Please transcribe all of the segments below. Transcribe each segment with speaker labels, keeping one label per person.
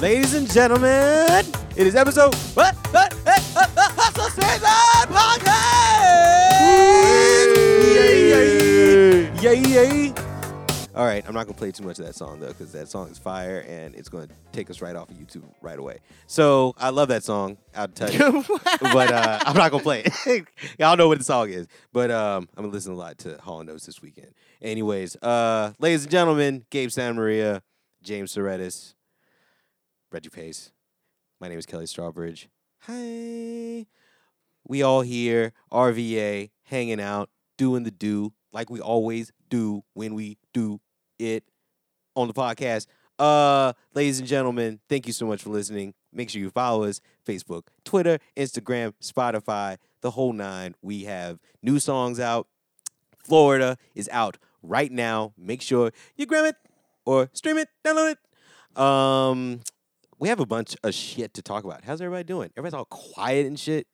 Speaker 1: Ladies and gentlemen, it is episode what? What? Hey, uh, uh, Hustle Season Podcast! Yay! Yay! Yay! All right, I'm not gonna play too much of that song though, because that song is fire and it's gonna take us right off of YouTube right away. So I love that song. I'll tell you, but uh, I'm not gonna play it. Y'all know what the song is, but um, I'm gonna listen a lot to Hall and Oates this weekend. Anyways, uh, ladies and gentlemen, Gabe San Maria, James Soretis, Reggie Pace. My name is Kelly Strawbridge. Hi. We all here, RVA, hanging out, doing the do like we always do when we do it on the podcast. Uh, ladies and gentlemen, thank you so much for listening. Make sure you follow us Facebook, Twitter, Instagram, Spotify, the whole nine. We have new songs out. Florida is out right now. Make sure you grab it or stream it, download it. Um, we have a bunch of shit to talk about. How's everybody doing? Everybody's all quiet and shit.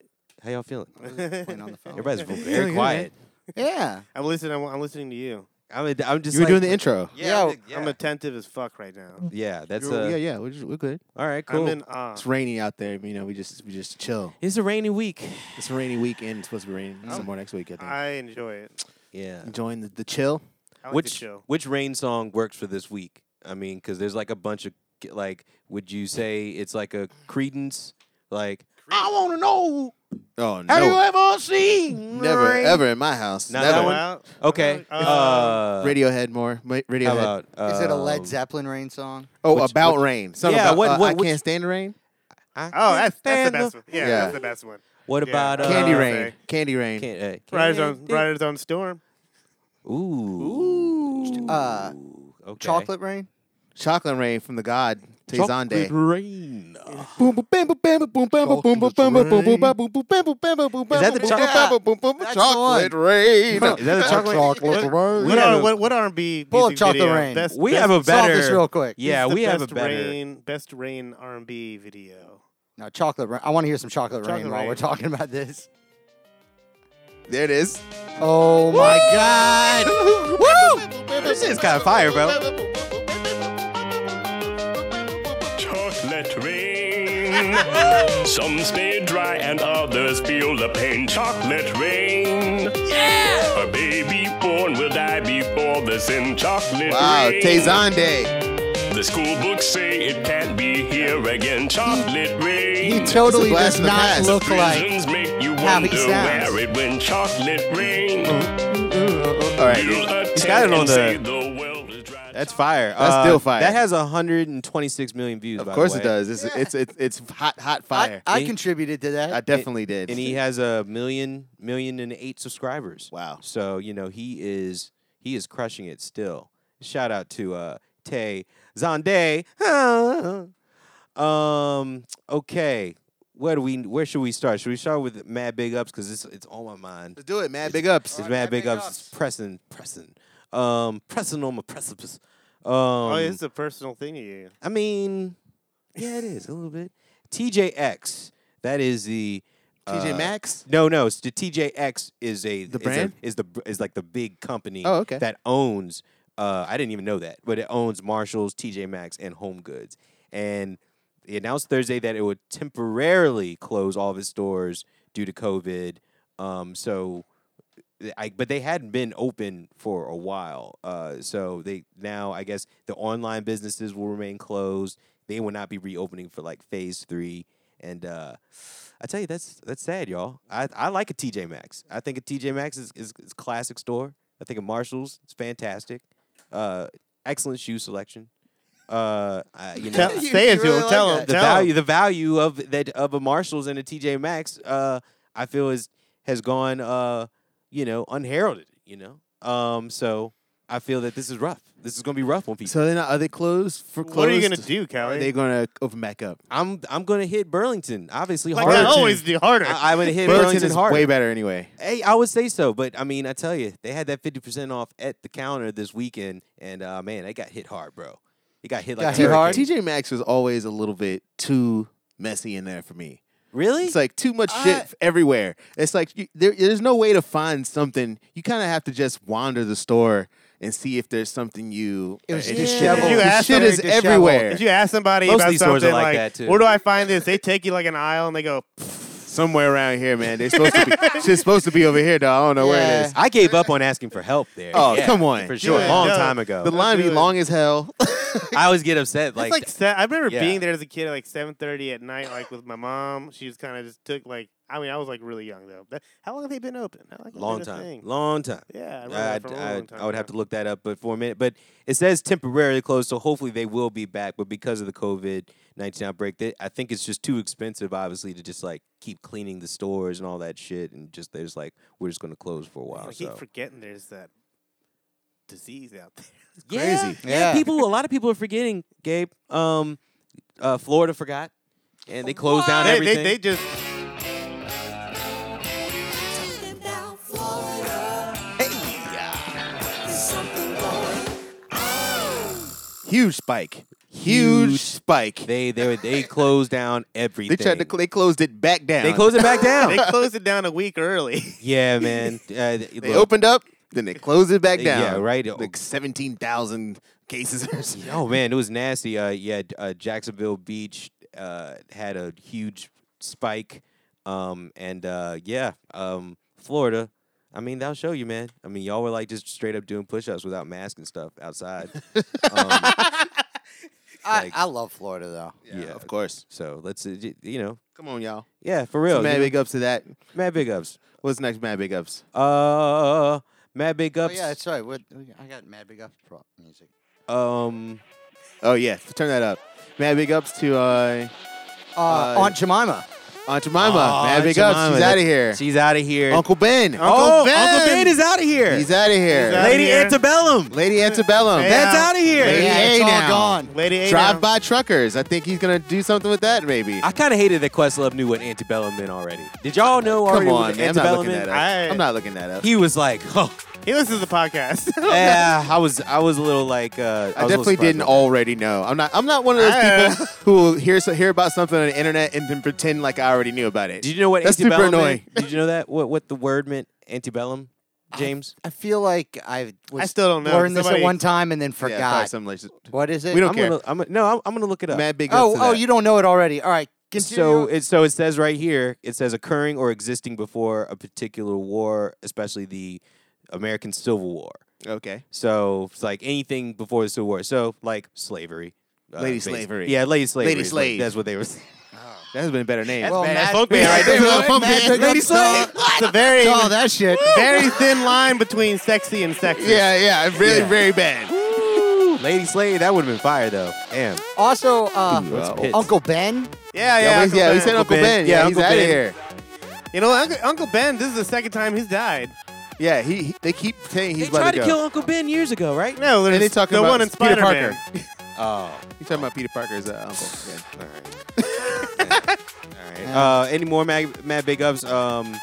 Speaker 1: How y'all feeling?
Speaker 2: Oh, playing on the phone.
Speaker 1: Everybody's
Speaker 3: Feeling good,
Speaker 1: very
Speaker 3: man.
Speaker 1: quiet.
Speaker 3: Yeah.
Speaker 2: I'm listening. I'm, I'm listening to you.
Speaker 1: I'm, I'm just
Speaker 3: you were
Speaker 1: like-
Speaker 3: doing the intro.
Speaker 1: Yeah,
Speaker 2: Yo,
Speaker 1: yeah.
Speaker 2: I'm attentive as fuck right now.
Speaker 1: Yeah, that's
Speaker 3: You're-
Speaker 1: uh,
Speaker 3: yeah, yeah. We're, just, we're good.
Speaker 1: all right. Cool.
Speaker 2: I'm in awe.
Speaker 3: It's rainy out there. You know, we just we just chill.
Speaker 1: it's a rainy week.
Speaker 3: It's a rainy weekend. It's supposed to be raining some more next week. I think.
Speaker 2: I enjoy it.
Speaker 1: Yeah.
Speaker 3: Enjoying the, the chill.
Speaker 2: I like the
Speaker 1: which
Speaker 2: show.
Speaker 1: which rain song works for this week? I mean, because there's like a bunch of g- like, would you say it's like a Credence? Like I want to know.
Speaker 3: Oh
Speaker 1: Have you ever seen?
Speaker 3: Never,
Speaker 1: rain?
Speaker 3: ever in my house.
Speaker 1: Not
Speaker 3: Never.
Speaker 1: that one?
Speaker 2: Out.
Speaker 1: Okay.
Speaker 2: Uh,
Speaker 1: Uh,
Speaker 3: Radiohead more. Ma- Radiohead.
Speaker 1: How about?
Speaker 4: Is it a Led
Speaker 1: um,
Speaker 4: Zeppelin rain song?
Speaker 3: oh,
Speaker 1: which-
Speaker 3: about rain. Something
Speaker 1: Yeah,
Speaker 3: about,
Speaker 1: what-
Speaker 3: uh,
Speaker 1: what-
Speaker 3: I
Speaker 1: which-
Speaker 3: can't stand the rain.
Speaker 1: I
Speaker 2: Oh, that's, that's the
Speaker 1: can't
Speaker 2: best
Speaker 1: stand
Speaker 2: one. Yeah,
Speaker 3: Yeah.
Speaker 2: that's the best one.
Speaker 1: the- What
Speaker 2: Yeah.
Speaker 1: about uh,
Speaker 3: Candy
Speaker 2: Uh,
Speaker 3: rain.
Speaker 2: okay.
Speaker 3: Candy rain.
Speaker 1: Can't, uh,
Speaker 2: Riders on
Speaker 1: candy-
Speaker 2: Riders on Storm.
Speaker 1: Ooh.
Speaker 4: Uh,
Speaker 1: Ooh, okay.
Speaker 4: Chocolate rain?
Speaker 3: Chocolate rain from the god
Speaker 1: Chocolate
Speaker 3: Tezande.
Speaker 1: rain.
Speaker 3: Boom, boom, bam, boom, bam, boom, boom, bam, boom, boom, boom, bam, boom, boom, bam, boom, boom, bam, boom, bam, boom, boom,
Speaker 1: Is that the
Speaker 3: boom,
Speaker 1: choc-
Speaker 3: bam,
Speaker 4: Yeah.
Speaker 3: boom, boom, boom,
Speaker 4: That's the
Speaker 3: chocolate rain?
Speaker 1: Is that a chocolate?
Speaker 3: Chocolate rain.
Speaker 1: have
Speaker 2: What, R-
Speaker 1: a-
Speaker 2: what, what R&B
Speaker 4: Pull up
Speaker 2: music
Speaker 4: Chocolate
Speaker 2: video?
Speaker 4: Rain.
Speaker 2: Best,
Speaker 1: We
Speaker 2: best,
Speaker 1: have a
Speaker 4: Solve
Speaker 1: better.
Speaker 4: this real quick.
Speaker 1: Yeah,
Speaker 2: it's the
Speaker 1: we have a
Speaker 2: best
Speaker 1: better. Um,
Speaker 2: rain, best rain R&B video.
Speaker 4: No, chocolate rain. I want to hear some chocolate,
Speaker 2: Chocolate
Speaker 4: rain while
Speaker 2: rain.
Speaker 4: we're talking about this.
Speaker 3: There it is.
Speaker 4: Oh my god.
Speaker 1: Woo! This shit's kind of fire, bro.
Speaker 5: Chocolate rain. Some stay dry and others feel the pain. Chocolate rain. Yeah. A baby born will die before the sin. Chocolate
Speaker 3: Wow,
Speaker 5: rain.
Speaker 3: Tezande.
Speaker 5: The school books say it can't be here again. Chocolate rain.
Speaker 4: He totally
Speaker 3: It's a blast
Speaker 4: does
Speaker 3: from the
Speaker 4: not
Speaker 3: past.
Speaker 4: look like.
Speaker 5: Prisons make you
Speaker 4: how he
Speaker 5: wonder
Speaker 4: sounds.
Speaker 5: where it went. Chocolate rain.
Speaker 3: All right.
Speaker 5: You'll
Speaker 1: He's got it
Speaker 5: attend
Speaker 1: on
Speaker 5: and say
Speaker 1: the-
Speaker 5: the world is dry.
Speaker 1: That's fire.
Speaker 3: That's
Speaker 1: Uh,
Speaker 3: still fire.
Speaker 1: That has 126 million views.
Speaker 3: Of
Speaker 1: by the
Speaker 3: course it
Speaker 1: way.
Speaker 3: does. It's,
Speaker 4: Yeah.
Speaker 3: it's it's it's hot hot
Speaker 4: I,
Speaker 3: fire. I,
Speaker 4: I
Speaker 1: He-
Speaker 4: contributed to that.
Speaker 3: definitely did.
Speaker 1: And he has a million, million and eight subscribers.
Speaker 3: wow.
Speaker 1: So you know he is he is crushing it still. Shout out to uh, Tay Zonde. um. Okay. Where do we? Where should we start? Should we start with mad big ups? Because it's it's on my mind.
Speaker 3: Let's do it, man. Big ups.
Speaker 1: It's
Speaker 4: Alright,
Speaker 1: mad
Speaker 4: Mad
Speaker 1: big
Speaker 4: Big
Speaker 1: ups.
Speaker 4: Ups.
Speaker 1: It's pressing, pressing, um, pressing on my precipice. Um,
Speaker 2: oh, it's a personal thing to you.
Speaker 1: I mean, yeah, it is a little bit. TJX. That is the
Speaker 3: TJ
Speaker 1: uh,
Speaker 3: Maxx.
Speaker 1: No, no. it's The TJX is a
Speaker 3: The
Speaker 1: is a-
Speaker 3: brand?
Speaker 1: is the br- is like the big company.
Speaker 3: Oh, okay.
Speaker 1: That owns. Uh, I didn't even know that, but it owns Marshalls, TJ Maxx, and Home Goods. And they announced Thursday that it would temporarily close all of its stores due to COVID. Um, so, th- I, but they hadn't been open for a while. Uh, so they now, I guess, the online businesses will remain closed. They will not be reopening for like phase three. And uh, I tell you, that's that's sad, y'all. I, I like a TJ Maxx. I think a TJ Maxx is, is, is a classic store. I think a Marshalls is fantastic. Uh, excellent shoe selection. Uh, I, you know,
Speaker 2: Tell, say it to
Speaker 4: really
Speaker 2: him.
Speaker 4: like
Speaker 2: tell
Speaker 4: that.
Speaker 2: him.
Speaker 1: the
Speaker 2: tell him.
Speaker 1: value the value of that of a Marshalls and a TJ Maxx uh I feel is has gone uh you know unheralded you know um so I feel that this is rough this is gonna be rough on people
Speaker 3: So then are they closed for closed?
Speaker 2: What are you gonna do,
Speaker 3: Are
Speaker 2: Callie?
Speaker 3: they gonna open back up?
Speaker 1: I'm I'm gonna hit Burlington obviously
Speaker 2: like I
Speaker 1: harder
Speaker 2: always do harder.
Speaker 1: I, am gonna hit Burlington,
Speaker 3: Burlington is
Speaker 1: harder
Speaker 3: way better anyway.
Speaker 1: hey I would say so but I mean I tell you they had that fifty percent off at the counter this weekend and uh man they got hit hard bro it got hit like
Speaker 4: Got
Speaker 1: a
Speaker 4: hit
Speaker 1: hurricane.
Speaker 4: hard?
Speaker 3: TJ Maxx was always a little bit too messy in there for me.
Speaker 1: really
Speaker 3: It's like too much
Speaker 4: I-
Speaker 3: shit f- everywhere. It's like you, there, there's no way to find something. You kind of have to just wander the store
Speaker 6: and see if there's something you.
Speaker 4: It was
Speaker 6: uh,
Speaker 4: disheveled.
Speaker 6: The
Speaker 2: You asked
Speaker 6: shit
Speaker 2: them-
Speaker 6: is everywhere.
Speaker 2: If you ask somebody
Speaker 1: Most of
Speaker 2: about
Speaker 1: these stores are
Speaker 2: something
Speaker 1: like
Speaker 2: like,
Speaker 1: that, too.
Speaker 2: where do I find this, they take you like an aisle and they go,
Speaker 6: Somewhere around here, man. They're supposed to be. Shit's supposed to be over here, though. I don't know where it
Speaker 4: Yeah.
Speaker 6: is.
Speaker 1: I gave up on asking for help there.
Speaker 6: Oh,
Speaker 1: Yeah,
Speaker 6: come on.
Speaker 1: For sure.
Speaker 2: Yeah,
Speaker 1: long
Speaker 2: no.
Speaker 1: time ago.
Speaker 6: The line be
Speaker 2: do it.
Speaker 6: long as hell.
Speaker 1: I always get upset.
Speaker 2: It's
Speaker 1: Like,
Speaker 2: like se- I remember
Speaker 1: yeah.
Speaker 2: being there as a kid, at like seven thirty at night, like with my mom. She was kind of just took like I mean I was like really young though. But how long have they been open? How long have they
Speaker 1: long
Speaker 2: been a
Speaker 1: time.
Speaker 2: thing?
Speaker 1: Long time.
Speaker 2: Yeah, I, remember that
Speaker 1: I'd-
Speaker 2: from a
Speaker 1: I'd-
Speaker 2: long time
Speaker 1: I would have
Speaker 2: ago.
Speaker 1: to look that up but for a minute. But it says temporarily closed, so hopefully they will be back. But because of the COVID 19 outbreak, they, I think it's just too expensive, obviously, to just like keep cleaning the stores and all that shit. And just they're just like, we're just going to close for a while.
Speaker 2: I keep
Speaker 1: so.
Speaker 2: forgetting there's that disease out there.
Speaker 1: Yeah,
Speaker 6: Crazy.
Speaker 1: yeah,
Speaker 4: Yeah.
Speaker 1: people, a lot of people are forgetting, Gabe. Um, uh, Florida forgot. And they closed down
Speaker 2: They,
Speaker 1: everything.
Speaker 2: they, they just
Speaker 6: Huge spike. Huge,
Speaker 1: Huge.
Speaker 6: spike.
Speaker 1: They
Speaker 6: They,
Speaker 1: they were- they closed down everything.
Speaker 6: tried to. cl- They closed it back down.
Speaker 1: They closed it back
Speaker 2: they
Speaker 1: down.
Speaker 2: closed it down a week early.
Speaker 1: yeah, man. Uh,
Speaker 6: They opened up, then they closed it back
Speaker 1: They-
Speaker 6: down.
Speaker 1: yeah, right.
Speaker 6: Like seventeen thousand cases or something.
Speaker 1: Oh man, it was nasty. Uh, yeah, d- uh, Jacksonville Beach uh, had a huge spike, um, and uh, yeah, um, Florida. I mean, that'll show you, man. I mean, y'all were like just straight up doing push-ups without masks and stuff outside. um,
Speaker 4: I,
Speaker 1: Like-
Speaker 4: I love Florida though.
Speaker 1: Yeah.
Speaker 6: of course.
Speaker 1: so let's, uh, j- you know,
Speaker 6: Come on, y'all.
Speaker 1: yeah, for real.
Speaker 6: Some mad
Speaker 1: you know,
Speaker 6: big ups to that.
Speaker 1: mad big ups.
Speaker 6: What's next, mad big ups?
Speaker 1: Uh, mad big
Speaker 4: Oh
Speaker 1: ups.
Speaker 4: yeah, that's right. What I got Mad Big Ups pro- music.
Speaker 1: Um,
Speaker 6: Oh yeah, turn that up. Mad big ups to uh,
Speaker 4: Uh, Aunt Jemima.
Speaker 6: Aunt Jemima.
Speaker 1: Aw,
Speaker 6: mad
Speaker 1: Aunt
Speaker 6: big ups.
Speaker 1: Jemima.
Speaker 6: She's out of here.
Speaker 1: she's out of here.
Speaker 6: Uncle Ben.
Speaker 1: oh, Uncle Ben is out of here.
Speaker 6: He's out of here.
Speaker 2: He's outta
Speaker 1: Lady
Speaker 2: here.
Speaker 1: Antebellum.
Speaker 6: Lady Antebellum.
Speaker 2: Hey,
Speaker 1: That's
Speaker 2: Yeah.
Speaker 1: out of here.
Speaker 6: Lady
Speaker 4: yeah, it's
Speaker 6: A
Speaker 4: all
Speaker 6: now.
Speaker 4: gone.
Speaker 2: Lady A
Speaker 6: Drive
Speaker 2: now.
Speaker 6: by truckers. I think he's gonna do something with that. Maybe.
Speaker 1: I kind of hated that Questlove knew what antebellum meant already. Did y'all know already?
Speaker 6: Come
Speaker 1: what
Speaker 6: on, man. I'm not
Speaker 1: antebellum
Speaker 6: looking that up.
Speaker 1: meant?
Speaker 2: I-
Speaker 6: I'm not looking that up.
Speaker 1: He was like, oh,
Speaker 2: He listens to the podcast.
Speaker 1: yeah. I was, I was a little like, uh, was
Speaker 6: I
Speaker 1: a little
Speaker 6: definitely
Speaker 1: surprised
Speaker 6: didn't
Speaker 1: by that.
Speaker 6: already know. I'm not. I'm not one of those
Speaker 2: I-
Speaker 6: people who will hear so- hear about something on the internet and then pretend like I already knew about it.
Speaker 1: Did you know what
Speaker 6: That's super
Speaker 1: antebellum?
Speaker 6: annoying.
Speaker 1: Meant? Did you know that what what the word meant? Antebellum, James.
Speaker 4: I feel like I was
Speaker 2: still don't know, 'cause
Speaker 4: learned this
Speaker 2: somebody-
Speaker 4: at one time and then
Speaker 6: Yeah,
Speaker 4: forgot.
Speaker 6: probably something like
Speaker 4: what is it?
Speaker 6: We don't
Speaker 1: I'm
Speaker 6: care.
Speaker 1: gonna, I'm gonna, no, I'm, I'm gonna look it up.
Speaker 6: Mad big.
Speaker 4: oh,
Speaker 6: ups to
Speaker 4: oh,
Speaker 6: that.
Speaker 4: you don't know it already. All right. Continue.
Speaker 1: So it so it says right here, it says occurring or existing before a particular war, especially the American Civil War.
Speaker 6: Okay.
Speaker 1: So it's like anything before the Civil War. So like slavery. uh,
Speaker 6: Lady
Speaker 1: basi-
Speaker 6: slavery.
Speaker 1: Yeah, lady Oh. slavery. is what-
Speaker 6: slave.
Speaker 1: that's what they were.
Speaker 6: That's been a better name.
Speaker 4: well,
Speaker 2: bad.
Speaker 4: Mad-
Speaker 2: Funk man right there.
Speaker 4: Mad-
Speaker 6: Funk
Speaker 4: Mad
Speaker 6: man.
Speaker 4: Big
Speaker 6: Lady
Speaker 4: Ups, uh,
Speaker 2: it's a very,
Speaker 4: Oh, that shit.
Speaker 2: very thin line between sexy and sexy.
Speaker 6: yeah, yeah. Really,
Speaker 1: Yeah.
Speaker 6: very bad.
Speaker 1: lady slave. That would have been fire though. Damn.
Speaker 4: Also, uh,
Speaker 1: Let's
Speaker 6: Wow.
Speaker 1: pit.
Speaker 4: Uncle Ben.
Speaker 2: yeah, yeah.
Speaker 6: Yeah, we,
Speaker 2: Uncle
Speaker 6: yeah, we
Speaker 2: Ben.
Speaker 6: said Uncle Ben. Yeah, he's
Speaker 1: Uncle
Speaker 6: out of
Speaker 1: Ben.
Speaker 6: here.
Speaker 2: You know, Uncle, Uncle Ben. This is the second time he's died.
Speaker 6: Yeah, he, he- They keep saying he's
Speaker 1: they
Speaker 6: about
Speaker 1: tried
Speaker 6: to
Speaker 1: to
Speaker 6: go.
Speaker 1: kill Uncle Ben years ago, right?
Speaker 2: No, there's
Speaker 6: they talking
Speaker 2: the
Speaker 6: about
Speaker 2: one in
Speaker 6: Peter
Speaker 2: Spider-Man.
Speaker 1: Oh.
Speaker 6: He's talking about Peter Parker's uh, uncle. Yeah.
Speaker 1: All right. All right. Uh, any more mad, mad big ups um,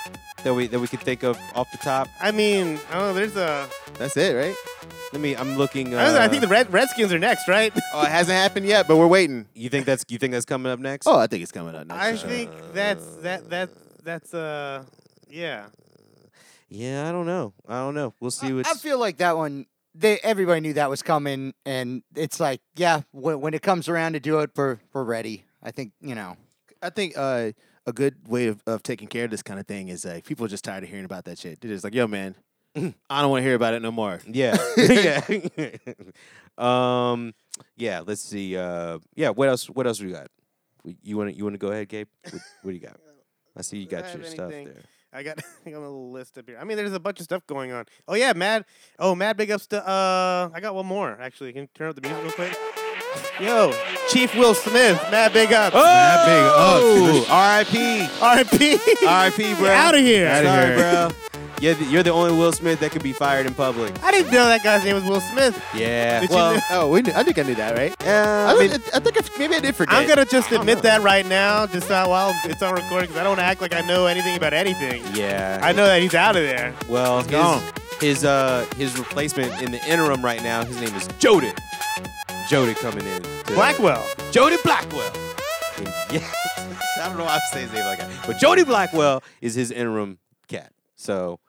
Speaker 1: that we that we could think of off the top?
Speaker 2: I mean, I don't know. There's a.
Speaker 6: That's it, right?
Speaker 1: Let me. I'm looking. Uh,
Speaker 2: I don't know, I think the Red, Redskins are next, right?
Speaker 6: Oh, it hasn't happened yet, but we're waiting.
Speaker 1: you think that's you think that's coming up next?
Speaker 6: Oh, I think it's coming up. next
Speaker 2: I
Speaker 6: time.
Speaker 2: think that's that that that's uh yeah.
Speaker 1: Yeah, I don't know. I don't know. We'll see
Speaker 4: I,
Speaker 1: what's.
Speaker 4: I feel like that one. They, everybody knew that was coming, and it's like, yeah, when, when it comes around to do it, we're we're ready. I think you know.
Speaker 6: I think uh, a good way of, of taking care of this kind of thing is like people are just tired of hearing about that shit. They're just like, yo, man, I don't want to hear about it no more.
Speaker 1: yeah. yeah. um. Yeah. Let's see. Uh. Yeah. What else? What else we got? We- You want to you want to go ahead, Gabe? What, what do you got? I see you
Speaker 2: I
Speaker 1: got
Speaker 2: have
Speaker 1: your stuff
Speaker 2: anything.
Speaker 1: there.
Speaker 2: I got I got a little list up here. I mean, there's a bunch of stuff going on. Oh yeah, mad. Oh, mad big ups to uh. I got one more actually. Can you turn up the music real quick? Yo, Chief Will Smith, mad big up.
Speaker 1: Oh, R.I.P.
Speaker 2: R.I.P.
Speaker 1: R.I.P. Bro.
Speaker 2: Out of here.
Speaker 6: Outta
Speaker 1: Sorry,
Speaker 6: here.
Speaker 1: bro. You're the, you're the only Will Smith that could be fired in public.
Speaker 2: I didn't know that guy's name was Will Smith.
Speaker 1: Yeah.
Speaker 2: Did you
Speaker 1: well,
Speaker 2: know-
Speaker 6: Oh, we knew, I think I knew that, right?
Speaker 1: uh,
Speaker 6: I,
Speaker 1: I mean,
Speaker 6: don't- I think I, maybe I did forget.
Speaker 2: I'm gonna just admit that right now, just uh, while it's on recording, because I don't act like I know anything about anything.
Speaker 1: yeah.
Speaker 2: I know that he's out of there.
Speaker 1: Well,
Speaker 6: gone.
Speaker 1: his, his uh his replacement in the interim right now, his name is Jody. Jody coming in. to-
Speaker 2: Blackwell.
Speaker 1: Jody Blackwell. And yeah, I don't know why I'm saying his name like that, but Jody Blackwell is his interim cat. So,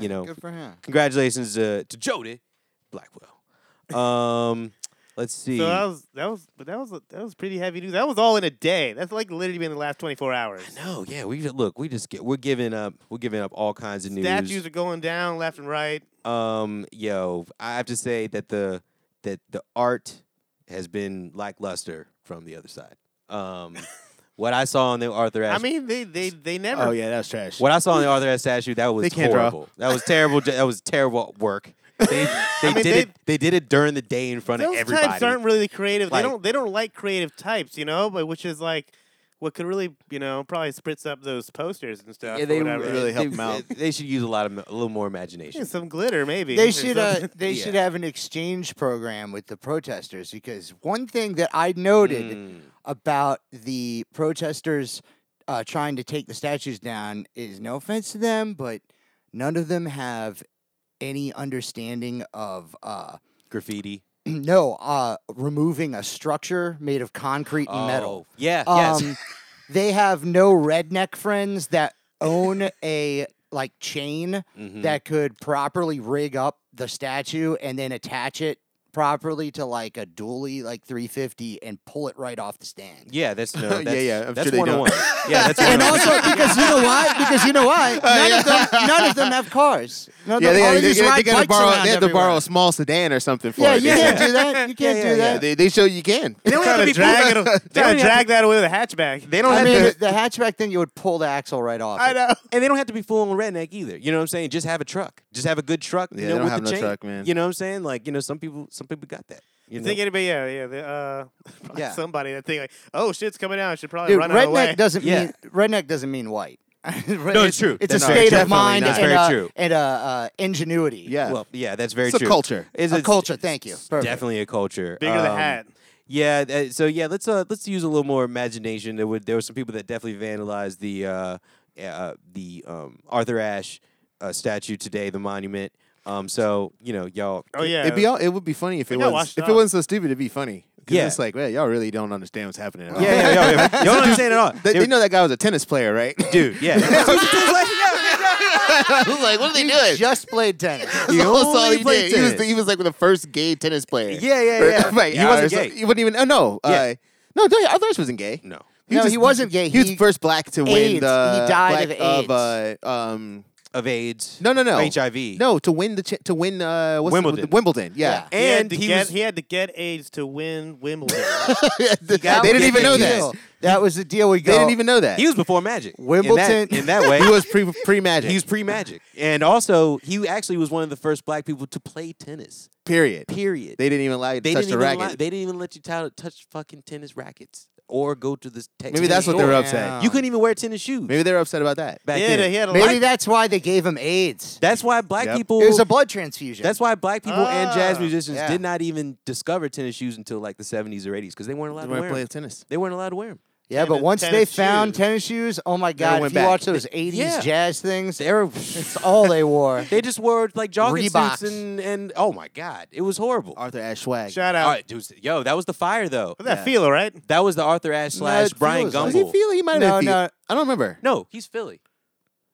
Speaker 1: you know, Oh.
Speaker 4: good for him.
Speaker 1: congratulations to, to Jody Bla- Blackwell. Um, let's see.
Speaker 2: So that was that was but that was that was pretty heavy news. That was all in a day. That's like literally been the last 24 hours.
Speaker 1: no, Oh, yeah, we just, look. We just get. We're giving up. We're giving up all kinds of news.
Speaker 2: Statues are going down left and right.
Speaker 1: um yo i have to say that the that the art has been lackluster from the other side um what i saw on the arthur
Speaker 2: I
Speaker 1: ashe
Speaker 2: mean, they they they never.
Speaker 6: Oh yeah, that was trash.
Speaker 1: what i saw on the arthur ashe statue that was
Speaker 6: They can't draw.
Speaker 1: horrible that was terrible ju- that was terrible work they, they
Speaker 2: I mean,
Speaker 1: did
Speaker 2: they-
Speaker 1: it they did it during the day in front
Speaker 2: Those
Speaker 1: of everybody
Speaker 2: types aren't really creative.
Speaker 1: Like-
Speaker 2: they don't they don't like creative types, you know. But which is like what could really you know probably spritz up those posters and stuff.
Speaker 1: yeah,
Speaker 2: or
Speaker 1: they
Speaker 2: whatever.
Speaker 6: really help
Speaker 1: they-
Speaker 6: them out.
Speaker 1: They should use a lot of ma- a little more imagination.
Speaker 2: Yeah, some glitter maybe.
Speaker 4: They
Speaker 2: or
Speaker 4: should uh,
Speaker 2: something.
Speaker 4: they
Speaker 1: Yeah.
Speaker 4: should have an exchange program with the protesters because one thing that I noted
Speaker 1: Mm.
Speaker 4: about the protesters uh, trying to take the statues down is no offense to them, but none of them have any understanding of uh,
Speaker 1: graffiti
Speaker 4: no uh, removing a structure made of concrete and metal.
Speaker 1: Oh, Yeah. yes.
Speaker 4: Um, they have no redneck friends that own a like chain
Speaker 6: Hmm.
Speaker 1: Mhm.
Speaker 4: that could properly rig up the statue and then attach it properly to like a dually like 350 and pull it right off the stand.
Speaker 1: Yeah. That's no.
Speaker 6: Yeah,
Speaker 1: That's,
Speaker 6: yeah, I'm
Speaker 1: That's
Speaker 6: sure they
Speaker 1: one on
Speaker 6: don't.
Speaker 1: one. Yeah. That's
Speaker 4: And
Speaker 1: one-on-one.
Speaker 4: also because you know why? Because you know why? None, of, them, none of them have cars. None of
Speaker 6: Uh, yeah,
Speaker 4: them,
Speaker 6: they,
Speaker 4: all
Speaker 6: they,
Speaker 4: of
Speaker 6: they,
Speaker 4: these
Speaker 6: they,
Speaker 4: ride
Speaker 6: gotta
Speaker 4: bikes
Speaker 6: borrow. They
Speaker 4: around
Speaker 6: have to
Speaker 4: everywhere.
Speaker 6: borrow a small sedan or something for
Speaker 4: Yeah,
Speaker 6: it.
Speaker 4: you can't do that. You can't do that.
Speaker 6: They, they show you can.
Speaker 1: They don't have to be
Speaker 2: trying
Speaker 1: pulled
Speaker 2: to drag
Speaker 1: only
Speaker 2: it, trying to
Speaker 1: have
Speaker 2: drag that away with a hatchback.
Speaker 1: They don't
Speaker 4: I
Speaker 1: have
Speaker 4: mean,
Speaker 1: to,
Speaker 4: the hatchback thing, you would pull the axle right off.
Speaker 2: I
Speaker 4: it.
Speaker 2: know.
Speaker 1: and they don't have to be full on redneck either. You know what I'm saying? Just have a truck. Just have a good truck.
Speaker 6: Yeah,
Speaker 1: you
Speaker 6: they
Speaker 1: know,
Speaker 6: don't
Speaker 1: with
Speaker 6: have
Speaker 1: the
Speaker 6: no
Speaker 1: chain.
Speaker 6: truck, man.
Speaker 1: You know what I'm saying? Like, you know, some people, some people got that. You
Speaker 2: I
Speaker 1: know?
Speaker 2: think anybody, yeah, yeah, the, uh, probably
Speaker 1: Yeah.
Speaker 2: somebody that think like, oh shit's coming out, I should probably
Speaker 4: Dude,
Speaker 2: run out of the way.
Speaker 4: redneck doesn't
Speaker 1: Yeah.
Speaker 4: mean redneck doesn't mean white.
Speaker 1: No, it's true.
Speaker 4: It's
Speaker 1: That's
Speaker 4: a
Speaker 1: very
Speaker 4: state
Speaker 1: true.
Speaker 4: of mind
Speaker 1: That's
Speaker 4: and
Speaker 1: very
Speaker 4: uh,
Speaker 1: true.
Speaker 4: and uh, uh, ingenuity.
Speaker 6: Yeah,
Speaker 1: well, yeah, that's very
Speaker 6: It's a
Speaker 1: true.
Speaker 6: culture.
Speaker 1: It's
Speaker 4: a culture. Thank you.
Speaker 1: it's
Speaker 4: Perfect.
Speaker 1: Definitely a culture.
Speaker 2: Bigger the
Speaker 1: Um,
Speaker 2: hat.
Speaker 1: Yeah. that- so yeah, let's uh let's use a little more imagination. There were there were some people that definitely vandalized the uh, uh the um Arthur Ashe uh, statue today, the monument. Um, so you know, y'all.
Speaker 2: Oh yeah,
Speaker 6: It'd be all, it would be funny if it
Speaker 2: They got
Speaker 6: was
Speaker 2: washed
Speaker 6: if it
Speaker 2: up.
Speaker 6: wasn't so stupid. It'd be funny. 'Cause
Speaker 1: Yeah.
Speaker 6: It's like, man, y'all really don't understand what's happening. At all.
Speaker 1: Yeah, yeah, yeah, yeah. You don't understand at all,
Speaker 6: They,
Speaker 1: They-
Speaker 6: they know that guy was a tennis player, right?
Speaker 1: dude. Yeah.
Speaker 6: like, what are they doing?
Speaker 4: Just played tennis.
Speaker 6: He almost
Speaker 1: only
Speaker 6: all he
Speaker 1: played
Speaker 6: did. He was,
Speaker 1: tennis.
Speaker 6: the, he was like the first gay tennis player.
Speaker 1: Yeah, yeah,
Speaker 6: Or-
Speaker 1: yeah.
Speaker 6: like,
Speaker 1: He wasn't
Speaker 6: or so-
Speaker 1: gay.
Speaker 6: He wasn't even. Oh no.
Speaker 1: Yeah.
Speaker 6: Uh, no, no, Arthur Ashe wasn't gay.
Speaker 1: no.
Speaker 4: No,
Speaker 6: was
Speaker 4: he wasn't gay.
Speaker 6: He was
Speaker 4: He-
Speaker 6: the first black to win
Speaker 4: AIDS.
Speaker 6: the.
Speaker 4: He died
Speaker 6: black
Speaker 4: of
Speaker 6: uh, um,
Speaker 1: Of AIDS.
Speaker 6: no, no, no.
Speaker 1: HIV.
Speaker 6: No, to win the ch- to win uh, what's the-
Speaker 1: Wimbledon.
Speaker 6: Wimbledon. Yeah.
Speaker 2: He had
Speaker 1: And
Speaker 2: to
Speaker 1: he
Speaker 2: get
Speaker 1: was-
Speaker 2: he had to get AIDS to win Wimbledon.
Speaker 6: they
Speaker 4: That was
Speaker 6: didn't even
Speaker 4: the
Speaker 6: know
Speaker 4: deal.
Speaker 6: that.
Speaker 4: That was the deal. We go.
Speaker 6: They didn't even know that.
Speaker 1: He was before Magic. In that-
Speaker 4: Wimbledon.
Speaker 1: In that, way,
Speaker 6: He was pre pre magic.
Speaker 1: he was pre Magic, and also he actually was one of the first black people to play tennis.
Speaker 6: period.
Speaker 1: Period.
Speaker 6: They didn't even allow you to
Speaker 1: They
Speaker 6: touch
Speaker 1: didn't
Speaker 6: the
Speaker 1: even
Speaker 6: racket.
Speaker 1: allow- they didn't even let you tou- touch fucking tennis rackets or go to the. Te-
Speaker 6: Maybe that's what they were
Speaker 1: store.
Speaker 6: upset.
Speaker 1: You couldn't even wear tennis shoes
Speaker 6: Maybe they're upset about that.
Speaker 1: back
Speaker 2: he, had
Speaker 1: then.
Speaker 2: a, he had a
Speaker 4: Maybe
Speaker 2: light-
Speaker 4: that's why they gave him AIDS.
Speaker 1: that's why black
Speaker 6: Yep.
Speaker 1: people.
Speaker 4: It was a blood transfusion.
Speaker 1: that's why black people and jazz
Speaker 2: Ah,
Speaker 1: musicians
Speaker 4: yeah.
Speaker 1: did not even discover tennis shoes until like the 70s or 80s because they weren't allowed
Speaker 6: They
Speaker 1: to wear
Speaker 6: weren't
Speaker 1: 'em.
Speaker 6: playing tennis.
Speaker 1: They weren't allowed to wear them.
Speaker 4: yeah, but
Speaker 2: tennis-
Speaker 4: once they
Speaker 2: tennis
Speaker 4: found
Speaker 2: shoes.
Speaker 4: tennis shoes, oh my god!
Speaker 6: went
Speaker 4: If you
Speaker 6: back.
Speaker 4: watch those '80s
Speaker 1: yeah.
Speaker 4: jazz things,
Speaker 1: They were-
Speaker 4: that's all they wore.
Speaker 1: They just wore like jogging
Speaker 4: Reeboks.
Speaker 1: suits and and oh my god, it was horrible.
Speaker 6: Arthur Ashe Swag.
Speaker 2: shout
Speaker 1: All
Speaker 2: out.
Speaker 1: right, dude, yo, that was the fire though.
Speaker 2: Was that Philo, right?
Speaker 1: That was the Arthur Ashe slash
Speaker 4: it
Speaker 1: Brian
Speaker 4: feels like-
Speaker 6: Was he
Speaker 1: Gumble.
Speaker 6: feel he might have
Speaker 4: No,
Speaker 6: been Phil-
Speaker 4: no.
Speaker 6: I don't remember.
Speaker 1: no, he's Philly.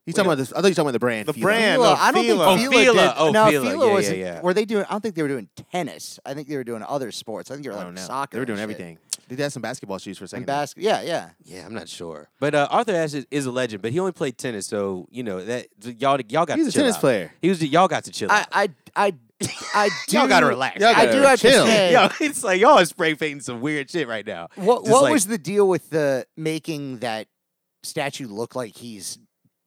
Speaker 6: You talking about this? I thought you were talking about the brand.
Speaker 2: The
Speaker 6: Fila.
Speaker 2: brand.
Speaker 4: Fila.
Speaker 2: no,
Speaker 4: I don't
Speaker 2: Fila. Oh,
Speaker 4: think Fila,
Speaker 1: Fila.
Speaker 4: did.
Speaker 1: Oh,
Speaker 4: no,
Speaker 1: Fila. Yeah, yeah,
Speaker 4: wasn't.
Speaker 1: yeah.
Speaker 4: Were they doing? I don't think they were doing tennis. I think they were doing other sports. I think they were
Speaker 6: I
Speaker 4: like
Speaker 6: don't know.
Speaker 4: soccer.
Speaker 6: They were doing
Speaker 4: and shit.
Speaker 6: everything. They had some basketball shoes for a
Speaker 4: And
Speaker 6: second. there.
Speaker 4: basketball. Yeah, yeah.
Speaker 1: Yeah, I'm not sure, but uh, Arthur Ashe is, is a legend. But he only played tennis, so you know that y'all y'all got
Speaker 6: He's
Speaker 1: to
Speaker 6: a
Speaker 1: chill
Speaker 6: tennis
Speaker 1: out.
Speaker 6: player.
Speaker 1: He was y'all got to chill out.
Speaker 4: I, I, I, I do.
Speaker 1: Y'all gotta relax. Y'all
Speaker 4: I
Speaker 6: gotta
Speaker 4: do have
Speaker 6: chill.
Speaker 4: to say.
Speaker 1: Yo, it's like y'all are spray painting some weird shit right now.
Speaker 4: What
Speaker 1: Just
Speaker 4: what
Speaker 1: like-
Speaker 4: was the deal with the making that statue look like he's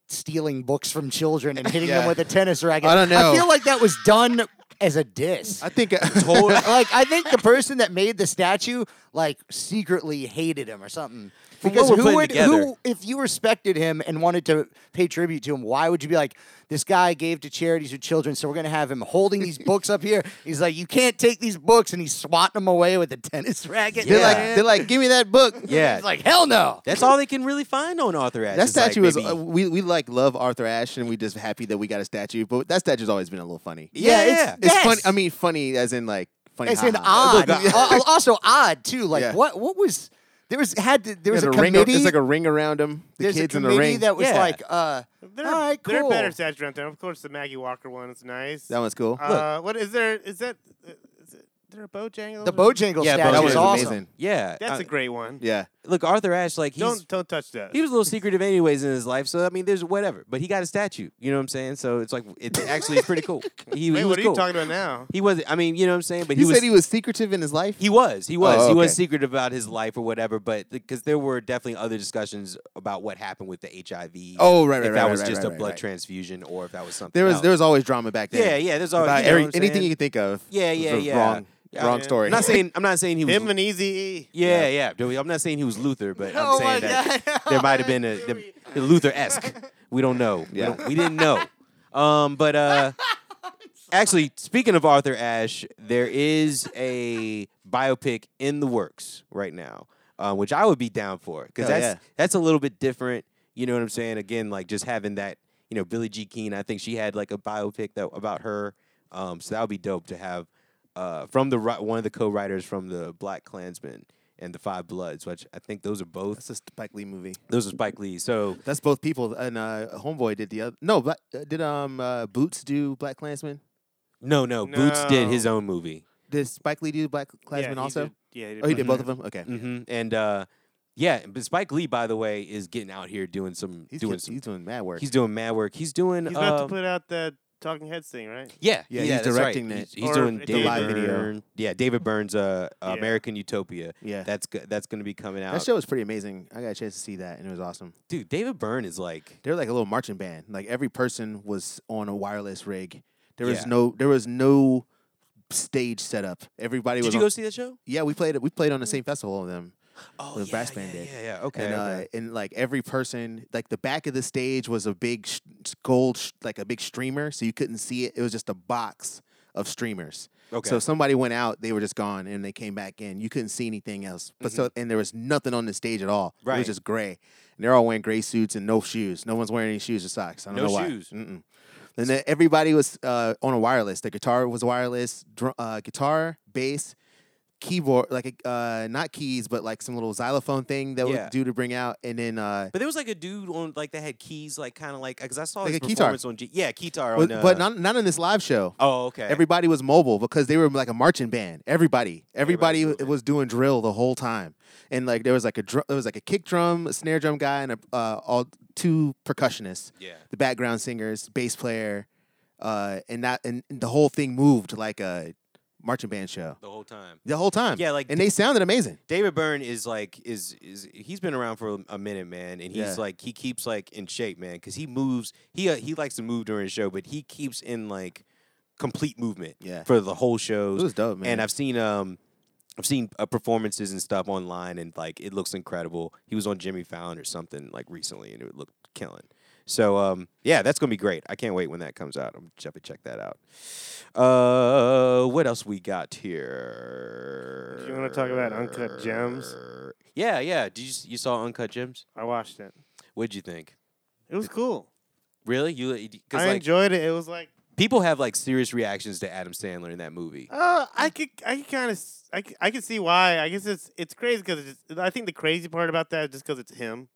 Speaker 4: stealing books from children and hitting
Speaker 6: Yeah.
Speaker 4: them with a tennis racket?
Speaker 6: I don't know.
Speaker 4: I feel like that was done as a diss.
Speaker 6: I think. uh,
Speaker 1: Totally.
Speaker 4: like I think the person that made the statue like secretly hated him or something.
Speaker 1: From what
Speaker 4: Because
Speaker 1: we're
Speaker 4: who
Speaker 1: putting
Speaker 4: would
Speaker 1: together-
Speaker 4: who if you respected him and wanted to pay tribute to him, why would you be like, This guy gave to charities with children, so we're gonna have him holding these books up here. He's like, You can't take these books and he's swatting them away with a tennis racket.
Speaker 6: They're like,
Speaker 1: Yeah.
Speaker 6: they're like, give me that book.
Speaker 1: yeah,
Speaker 4: He's like, Hell no.
Speaker 1: that's all they can really find on Arthur Ashe.
Speaker 6: That
Speaker 1: is, like,
Speaker 6: statue is.
Speaker 1: maybe-
Speaker 6: Uh, we we like love Arthur Ashe, and we just happy that we got a statue. But that statue's always been a little funny.
Speaker 1: yeah,
Speaker 4: Yeah,
Speaker 1: yeah.
Speaker 4: it's-
Speaker 6: It's
Speaker 4: Yes.
Speaker 6: funny. I mean, funny as in like funny.
Speaker 4: It's an
Speaker 6: ha-ha.
Speaker 4: odd. al- al- also odd too. Like
Speaker 6: Yeah.
Speaker 4: what what was There was had to, there was
Speaker 6: Yeah,
Speaker 4: a
Speaker 6: the ring,
Speaker 4: committee.
Speaker 6: it's like a ring around them. The
Speaker 4: there's
Speaker 6: kids
Speaker 4: a
Speaker 6: in the
Speaker 4: committee
Speaker 6: ring.
Speaker 4: that was
Speaker 6: Yeah.
Speaker 4: like, uh,
Speaker 2: They're,
Speaker 4: all right, cool.
Speaker 2: they're better statues around there. Of course, the Maggie Walker one is nice.
Speaker 6: that one's cool.
Speaker 2: uh, what is there? Is that? uh, Is it, there a Bojangles?
Speaker 4: the
Speaker 2: one?
Speaker 4: Bojangles
Speaker 1: Yeah,
Speaker 4: statue
Speaker 1: Bojangles
Speaker 6: that was
Speaker 4: is awesome.
Speaker 6: amazing.
Speaker 1: Yeah,
Speaker 2: That's
Speaker 1: uh,
Speaker 2: a great one.
Speaker 6: Yeah,
Speaker 1: look. Arthur Ashe, like he's
Speaker 2: Don't don't touch that.
Speaker 1: he was a little secretive anyways in his life. So I mean, there's whatever. But he got a statue. You know what I'm saying? So it's like it's actually pretty cool. He,
Speaker 2: Wait,
Speaker 1: he was
Speaker 2: what are you
Speaker 1: cool.
Speaker 2: talking about now?
Speaker 1: He was. I mean, you know what I'm saying? But
Speaker 6: he,
Speaker 1: he was.
Speaker 6: said he was secretive in his life.
Speaker 1: He was. He was.
Speaker 6: Oh,
Speaker 1: He was
Speaker 6: okay.
Speaker 1: secretive about his life or whatever. But because there were definitely other discussions about what happened with the HIV.
Speaker 6: Oh, right, right,
Speaker 1: If
Speaker 6: right,
Speaker 1: that was
Speaker 6: right,
Speaker 1: just
Speaker 6: right,
Speaker 1: a
Speaker 6: right,
Speaker 1: blood
Speaker 6: right.
Speaker 1: transfusion or if that was something.
Speaker 6: there was
Speaker 1: else.
Speaker 6: there was always drama back then.
Speaker 1: Yeah, yeah. There's always
Speaker 6: About
Speaker 1: you know
Speaker 6: every-
Speaker 1: what I'm
Speaker 6: anything
Speaker 1: saying?
Speaker 6: you could think of.
Speaker 1: Yeah,
Speaker 6: was
Speaker 1: yeah,
Speaker 6: the
Speaker 1: yeah.
Speaker 6: Wrong,
Speaker 1: Yeah.
Speaker 6: wrong
Speaker 2: Yeah.
Speaker 6: story.
Speaker 1: I'm not saying. I'm not saying he was.
Speaker 2: Him and Easy E.
Speaker 1: yeah, yeah. Joey, I'm not saying he was Luther, but
Speaker 2: Oh
Speaker 6: Oh
Speaker 1: I'm saying that there might have been a, the- the Luther-esque. We don't know.
Speaker 6: Yeah.
Speaker 1: We, don't, we didn't know. Um, but uh, actually, speaking of Arthur Ashe, there is a biopic in the works right now, um, which I would be down for because
Speaker 6: Hell
Speaker 1: that's
Speaker 6: Oh, yeah.
Speaker 1: that's a little bit different. You know what I'm saying? Again, like just having that. You know, Billie G. Keen. I think she had like a biopic that about her. Um, so that would be dope to have uh, from the ri- one of the co-writers from the Black Klansman and the Five Bloods, which I think those are both
Speaker 6: That's a Spike Lee movie.
Speaker 1: those are Spike Lee. So
Speaker 6: That's both people. And uh, Homeboy did the other. No, Bla- uh, did um uh, Boots do Black Klansman?
Speaker 1: no, no, Boots did his
Speaker 2: No.
Speaker 1: own movie,
Speaker 6: Did Spike Lee do Black
Speaker 2: Yeah,
Speaker 6: Klansman
Speaker 2: he
Speaker 6: also?
Speaker 2: Did, yeah,
Speaker 6: Oh, he did both of them. Okay,
Speaker 1: hmm and uh, yeah, but Spike Lee, by the way, is getting out here doing some
Speaker 6: he's
Speaker 1: doing
Speaker 6: doing
Speaker 1: some.
Speaker 6: he's doing mad work.
Speaker 1: He's doing mad work. He's doing.
Speaker 2: He's about
Speaker 1: uh,
Speaker 2: to put out that Talking Heads thing, right?
Speaker 1: yeah,
Speaker 6: Yeah, he's
Speaker 1: that's right.
Speaker 6: directing that.
Speaker 1: He's, he's
Speaker 2: Or
Speaker 1: doing
Speaker 2: the
Speaker 1: David
Speaker 6: live video.
Speaker 1: Byrne. Yeah, David Byrne's uh,
Speaker 2: Yeah.
Speaker 1: American Utopia.
Speaker 6: yeah, that,
Speaker 1: That's go- that's going to be coming out.
Speaker 6: show was pretty amazing. I got a chance to see that, and it was awesome.
Speaker 1: Dude, David Byrne is like
Speaker 6: They were like a little marching band. Like every person was on a wireless rig. There was
Speaker 1: Yeah.
Speaker 6: no there was no stage setup. Everybody
Speaker 1: Did
Speaker 6: was
Speaker 1: you
Speaker 6: on-
Speaker 1: go Mm. see that show?
Speaker 6: Yeah, we played we played on the same festival of them.
Speaker 1: Oh,
Speaker 6: The
Speaker 1: yeah,
Speaker 6: brass
Speaker 1: yeah,
Speaker 6: band did.
Speaker 1: Yeah, yeah. Okay.
Speaker 6: and uh,
Speaker 1: okay.
Speaker 6: and like every person, like the back of the stage was a big sh- gold, sh- like a big streamer, so you couldn't see it. It was just a box of streamers.
Speaker 1: Okay.
Speaker 6: So if somebody went out, they were just gone, and they came back in. You couldn't see anything else. But so and there was nothing on the stage at all. It
Speaker 1: Mm-hmm. Right.
Speaker 6: was just gray. And they're all wearing gray suits and no shoes. No one's wearing any shoes or socks. I don't
Speaker 1: No
Speaker 6: know why.
Speaker 1: shoes.
Speaker 6: Mm-mm. And then everybody was uh, on a wireless. The guitar was wireless. Dr- uh, guitar, bass, keyboard, like a, uh, not keys, but like some little xylophone thing that
Speaker 1: Yeah.
Speaker 6: would do to bring out. And then uh,
Speaker 1: But there was like a dude on like that had keys, like kind of like because I saw
Speaker 6: Like
Speaker 1: his
Speaker 6: a keytar.
Speaker 1: performance on G. Yeah, guitar.
Speaker 6: but,
Speaker 1: on, uh,
Speaker 6: but not not in this live show.
Speaker 1: Oh, okay.
Speaker 6: Everybody was mobile because they were like a marching band. Everybody, everybody,
Speaker 1: Everybody's moving.
Speaker 6: was doing drill the whole time, and like there was like a drum, there was like a kick drum, a snare drum guy, and a, uh, all two percussionists.
Speaker 1: Yeah.
Speaker 6: the background singers, bass player, uh, and that and and the whole thing moved like a marching band show
Speaker 1: the whole time.
Speaker 6: the whole time.
Speaker 1: Yeah, like
Speaker 6: and they sounded amazing.
Speaker 1: David Byrne is like is is he's been around for a minute, man, and he's
Speaker 6: Yeah.
Speaker 1: like he keeps like in shape, man, because he moves. He uh, he likes to move during the show, but he keeps in like complete movement
Speaker 6: Yeah.
Speaker 1: for the whole
Speaker 6: It
Speaker 1: shows.
Speaker 6: was dope, man.
Speaker 1: And I've seen um, I've seen uh, performances and stuff online, and like it looks incredible. He was on Jimmy Fallon or something like recently, and it looked killing. So um, yeah, that's gonna be great. I can't wait when that comes out. I'm definitely check that out. Uh, what else we got here?
Speaker 2: Do you wanna talk about Uncut Gems?
Speaker 1: Yeah, yeah. Did you s- you saw Uncut Gems?
Speaker 2: I watched it.
Speaker 1: What'd you think?
Speaker 2: It was cool.
Speaker 1: Really? You because
Speaker 2: I
Speaker 1: like
Speaker 2: enjoyed it. It was like
Speaker 1: people have like serious reactions to Adam Sandler in that movie.
Speaker 2: Uh, I could, I could kind of, I, c- I could see why. I guess it's, it's crazy because I think the crazy part about that is just because it's him.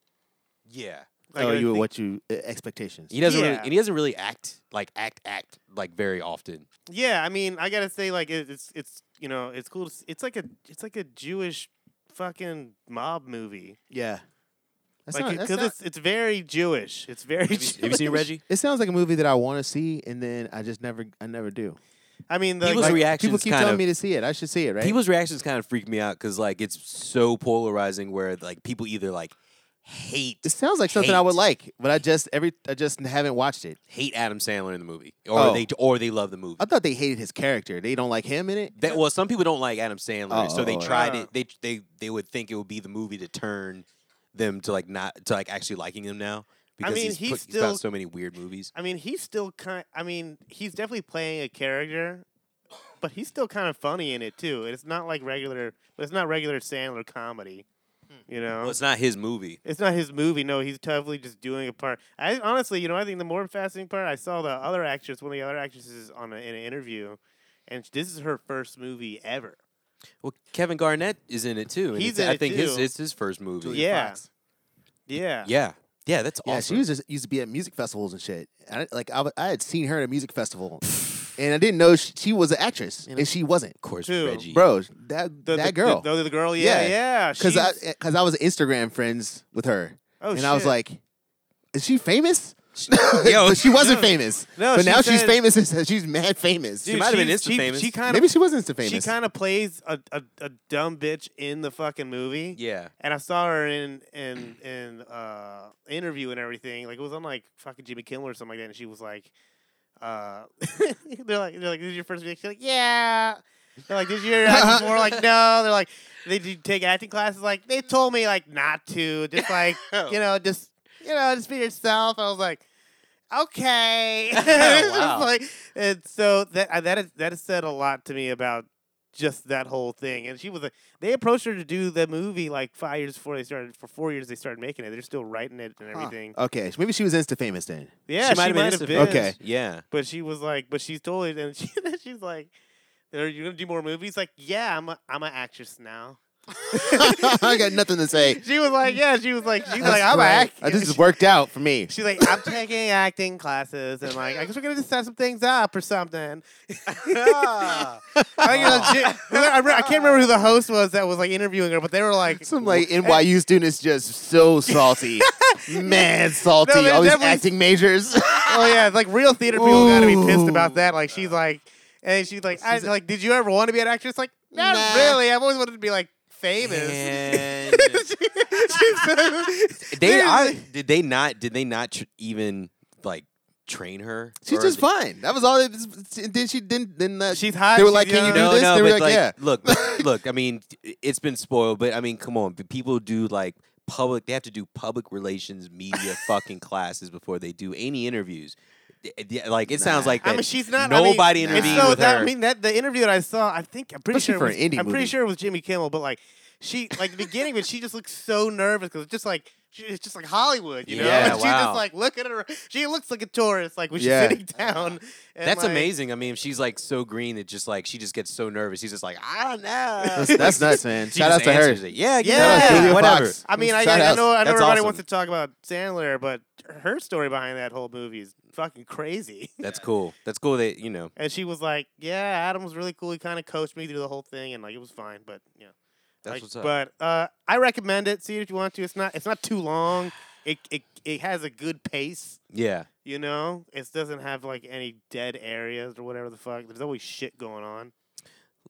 Speaker 1: Yeah.
Speaker 2: Like,
Speaker 6: Tell
Speaker 2: I
Speaker 6: you
Speaker 2: think-
Speaker 6: what you uh, expectations.
Speaker 1: He doesn't really,
Speaker 2: Yeah.
Speaker 1: and he doesn't really act like act act like very often.
Speaker 2: Yeah, I mean, I gotta say, like, it, it's, it's, you know, it's cool. To, s- it's like a, it's like a Jewish fucking mob movie.
Speaker 6: Yeah, That's
Speaker 2: Like,
Speaker 6: not-
Speaker 2: because
Speaker 6: that's not-
Speaker 2: it's, it's very Jewish. It's very.
Speaker 1: Have you, have you seen
Speaker 2: Jewish.
Speaker 1: Reggie?
Speaker 6: it sounds like a movie that I want to see, and then I just never, I never do.
Speaker 2: I mean, the,
Speaker 1: He was
Speaker 2: like,
Speaker 1: a
Speaker 6: Like,
Speaker 1: reactions
Speaker 6: people keep
Speaker 1: kind
Speaker 6: telling
Speaker 1: of-
Speaker 6: me to see it. I should see it, right?
Speaker 1: People's reactions kind of freak me out because like it's so polarizing. Where like people either like hate
Speaker 6: It sounds like something I would
Speaker 1: hate-
Speaker 6: like, but I just every I just haven't watched it.
Speaker 1: hate Adam Sandler in the movie, or
Speaker 6: Oh. Uh,
Speaker 1: they or they love the movie.
Speaker 6: I thought they hated his character. They don't like him in it.
Speaker 1: That, well, some people don't like Adam Sandler,
Speaker 6: Oh,
Speaker 1: so they
Speaker 6: oh, oh.
Speaker 1: tried
Speaker 2: Ah.
Speaker 1: it. They they they would think it would be the movie to turn them to like not to like actually liking him now because
Speaker 2: mean,
Speaker 1: he's,
Speaker 2: he's
Speaker 1: put, he's
Speaker 2: still-
Speaker 1: found so many weird movies.
Speaker 2: I mean, he's still kind. I mean, he's definitely playing a character, but he's still kind of funny in it too. And it's not like regular. It's not regular Sandler comedy. You know,
Speaker 1: Well, it's not his movie.
Speaker 2: it's not his movie. No, he's totally just doing a part. I honestly, you know, I think the more fascinating part, I saw the other actress, one of the other actresses, on a, in an interview, and sh- this is her first movie ever.
Speaker 1: Well, Kevin Garnett is in it too. and
Speaker 2: He's
Speaker 1: it's-
Speaker 2: in
Speaker 1: I
Speaker 2: it
Speaker 1: think his
Speaker 2: too.
Speaker 1: it's his first movie.
Speaker 2: Julia Yeah. Fox. Yeah.
Speaker 1: yeah, yeah. That's
Speaker 6: Yeah,
Speaker 1: awesome.
Speaker 6: she was just, used to be at music festivals and shit. And I, like I, w- I had seen her at a music festival, and I didn't know she, she was an actress, and she wasn't.
Speaker 1: of course,
Speaker 2: Who?
Speaker 1: Reggie.
Speaker 6: Bro, that
Speaker 2: The,
Speaker 6: that
Speaker 2: the,
Speaker 6: girl,
Speaker 2: The, the, the girl. Yeah.
Speaker 6: Yeah.
Speaker 2: Yeah.
Speaker 6: because I
Speaker 2: she's-
Speaker 6: because I was Instagram friends with her,
Speaker 2: Oh,
Speaker 6: and I was
Speaker 2: shit.
Speaker 6: like, is she famous?
Speaker 1: Yo,
Speaker 6: but she wasn't
Speaker 2: no.
Speaker 6: famous.
Speaker 2: No,
Speaker 6: but
Speaker 2: she
Speaker 6: now she's
Speaker 2: said-
Speaker 6: famous. and She's mad famous.
Speaker 1: Dude, might have been
Speaker 2: she's-
Speaker 1: Insta famous.
Speaker 2: She, she kind of
Speaker 6: Maybe she was Insta famous.
Speaker 2: she kind of plays a, a, a dumb bitch in the fucking movie.
Speaker 1: Yeah.
Speaker 2: And I saw her in in in uh interview and everything. Like it was on like fucking Jimmy Kimmel or something like that. And she was like, uh, they're like they're like, this is your first reaction. She's like, yeah. They're like, this year acting more like no. They're like, they did take acting classes. Like they told me like not to. Just like you know, just you know, just be yourself. I was like. Okay, It's
Speaker 1: Wow.
Speaker 2: like, and so that uh, that is, that has said a lot to me about just that whole thing. And she was a, they approached her to do the movie like five years before they started. For four years they started making it. They're still writing it and everything.
Speaker 6: okay, so maybe she was Insta famous then.
Speaker 2: Yeah,
Speaker 1: might have been Insta
Speaker 2: been.
Speaker 1: famous.
Speaker 6: Okay.
Speaker 1: Yeah.
Speaker 2: but she was like, but she's totally. And she, she's like, "Are you gonna do more movies?" Like, yeah, I'm a, I'm an actress now.
Speaker 6: I got nothing to say.
Speaker 2: She was like, yeah, she was like, she's
Speaker 6: That's
Speaker 2: like, I'm
Speaker 6: great.
Speaker 2: an
Speaker 6: Uh,
Speaker 2: actress.
Speaker 6: This has worked out for me.
Speaker 2: She's like, I'm taking acting classes, and like, I guess we're gonna just set some things up or something. I, think it was Jim- I, re- I can't remember who the host was that was like interviewing her, but they were like,
Speaker 6: Some like NYU students just so salty, mad salty.
Speaker 2: No, they're
Speaker 6: All these
Speaker 2: definitely-
Speaker 6: acting majors.
Speaker 2: oh yeah, it's like real theater people gotta be pissed about
Speaker 6: Ooh.
Speaker 2: that. Like, she's like, and she's like, I,
Speaker 6: She's a-
Speaker 2: like, did you ever want to be an actress? Like, not
Speaker 6: Nah.
Speaker 2: really. I've always wanted to be like famous.
Speaker 1: And
Speaker 2: She said-
Speaker 1: they,
Speaker 2: Seriously.
Speaker 1: I, did they not? Did they not tr- even like train her?
Speaker 6: She's
Speaker 1: Or
Speaker 6: just
Speaker 1: they-
Speaker 6: fine. That was all. It, and then she didn't. Then that
Speaker 2: she's hot.
Speaker 6: They were
Speaker 2: she's
Speaker 6: like, "Can you
Speaker 2: young."
Speaker 6: do
Speaker 1: No,
Speaker 6: this,
Speaker 1: no,
Speaker 6: they were
Speaker 1: but like,
Speaker 6: like, yeah.
Speaker 1: look, look. I mean, it's been spoiled, but I mean, come on. but People do like public. They have to do public relations media fucking classes before they do any interviews. D- d- Like it sounds
Speaker 6: Nah.
Speaker 1: like
Speaker 2: I
Speaker 1: that
Speaker 2: mean, she's not.
Speaker 1: Nobody
Speaker 2: I mean,
Speaker 1: intervened
Speaker 2: it's so
Speaker 1: with
Speaker 2: that- I
Speaker 1: her.
Speaker 2: mean, that the interview that I saw, I think I'm pretty
Speaker 6: Especially
Speaker 2: sure.
Speaker 6: for
Speaker 2: it was,
Speaker 6: an indie
Speaker 2: I'm pretty
Speaker 6: movie.
Speaker 2: sure it was Jimmy Kimmel, but like she, like the beginning, but she just looks so nervous because just like she, it's just like Hollywood, you know.
Speaker 1: Yeah,
Speaker 2: and she's
Speaker 1: wow.
Speaker 2: just like looking at her. She looks like a tourist, like when she's
Speaker 6: Yeah.
Speaker 2: sitting down. and,
Speaker 1: That's
Speaker 2: like-
Speaker 1: amazing. I mean, if she's like so green, it just like she just gets so nervous. She's just like, I don't know.
Speaker 6: That's, that's nuts, man.
Speaker 1: She
Speaker 6: Shout
Speaker 1: just
Speaker 6: out to her.
Speaker 1: answers it. Yeah,
Speaker 2: Yeah.
Speaker 1: yeah,
Speaker 2: Shout out
Speaker 6: Julia
Speaker 1: whatever.
Speaker 6: Fox.
Speaker 2: I mean, I,
Speaker 6: Shout
Speaker 2: I, I
Speaker 6: out.
Speaker 2: know, I know
Speaker 1: That's
Speaker 2: everybody
Speaker 1: awesome.
Speaker 2: wants to talk about Sandler, but her story behind that whole movie is fucking crazy.
Speaker 1: That's cool. That's cool. That you know.
Speaker 2: And she was like, "Yeah, Adam was really cool. He kind of coached me through the whole thing, and like it was fine." But you know.
Speaker 1: That's
Speaker 2: Like,
Speaker 1: what's up.
Speaker 2: But uh, I recommend it. See it if you want to. It's not. It's not too long. It it it has a good pace.
Speaker 1: yeah.
Speaker 2: You know, it doesn't have like any dead areas or whatever the fuck. There's always shit going on.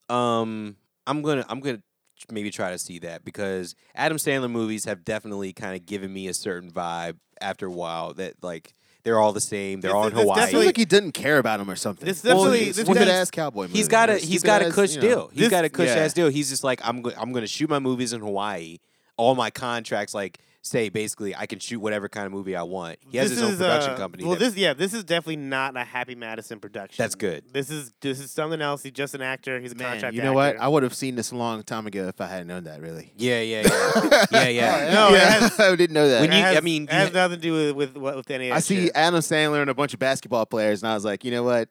Speaker 1: Um, I'm gonna I'm gonna tr- maybe try to see that because Adam Sandler movies have definitely kind of given me a certain vibe after a while that like they're all the same. They're
Speaker 2: This-
Speaker 1: all in
Speaker 2: this
Speaker 1: Hawaii.
Speaker 6: I feel
Speaker 2: definitely-
Speaker 6: like he didn't care about him or something.
Speaker 2: This
Speaker 6: Well,
Speaker 2: definitely-
Speaker 6: it's
Speaker 2: this
Speaker 6: stupid
Speaker 2: definitely-
Speaker 6: ass cowboy.
Speaker 1: He's
Speaker 6: movie,
Speaker 1: got a
Speaker 6: man.
Speaker 1: he's
Speaker 6: Stupid
Speaker 1: got a
Speaker 6: ass,
Speaker 1: cush
Speaker 6: you know.
Speaker 1: deal. He's
Speaker 2: This-
Speaker 1: got a cush
Speaker 6: yeah.
Speaker 1: ass deal. He's just like I'm go- I'm going to shoot my movies in Hawaii. All my contracts like say basically I can shoot whatever kind of movie I want. He has
Speaker 2: This
Speaker 1: his own
Speaker 2: is,
Speaker 1: production
Speaker 2: uh,
Speaker 1: company.
Speaker 2: Well,
Speaker 1: that-
Speaker 2: this yeah, this is definitely not a Happy Madison production.
Speaker 1: That's good.
Speaker 2: This is this is something else. He's just an actor. He's a
Speaker 6: Man,
Speaker 2: contract.
Speaker 6: you know what?
Speaker 2: actor.
Speaker 6: I would have seen this a long time ago if I had known that. Really.
Speaker 1: yeah, yeah, yeah, yeah, yeah.
Speaker 2: No, it
Speaker 6: yeah,
Speaker 2: has-
Speaker 6: I didn't know that.
Speaker 1: When
Speaker 2: It
Speaker 1: you- I
Speaker 2: has,
Speaker 1: mean,
Speaker 2: it
Speaker 1: you
Speaker 2: has
Speaker 1: ha-
Speaker 2: nothing to do with with, what- with any. of
Speaker 6: I
Speaker 2: that
Speaker 6: see
Speaker 2: shit.
Speaker 6: Adam Sandler and a bunch of basketball players, and I was like, you know what?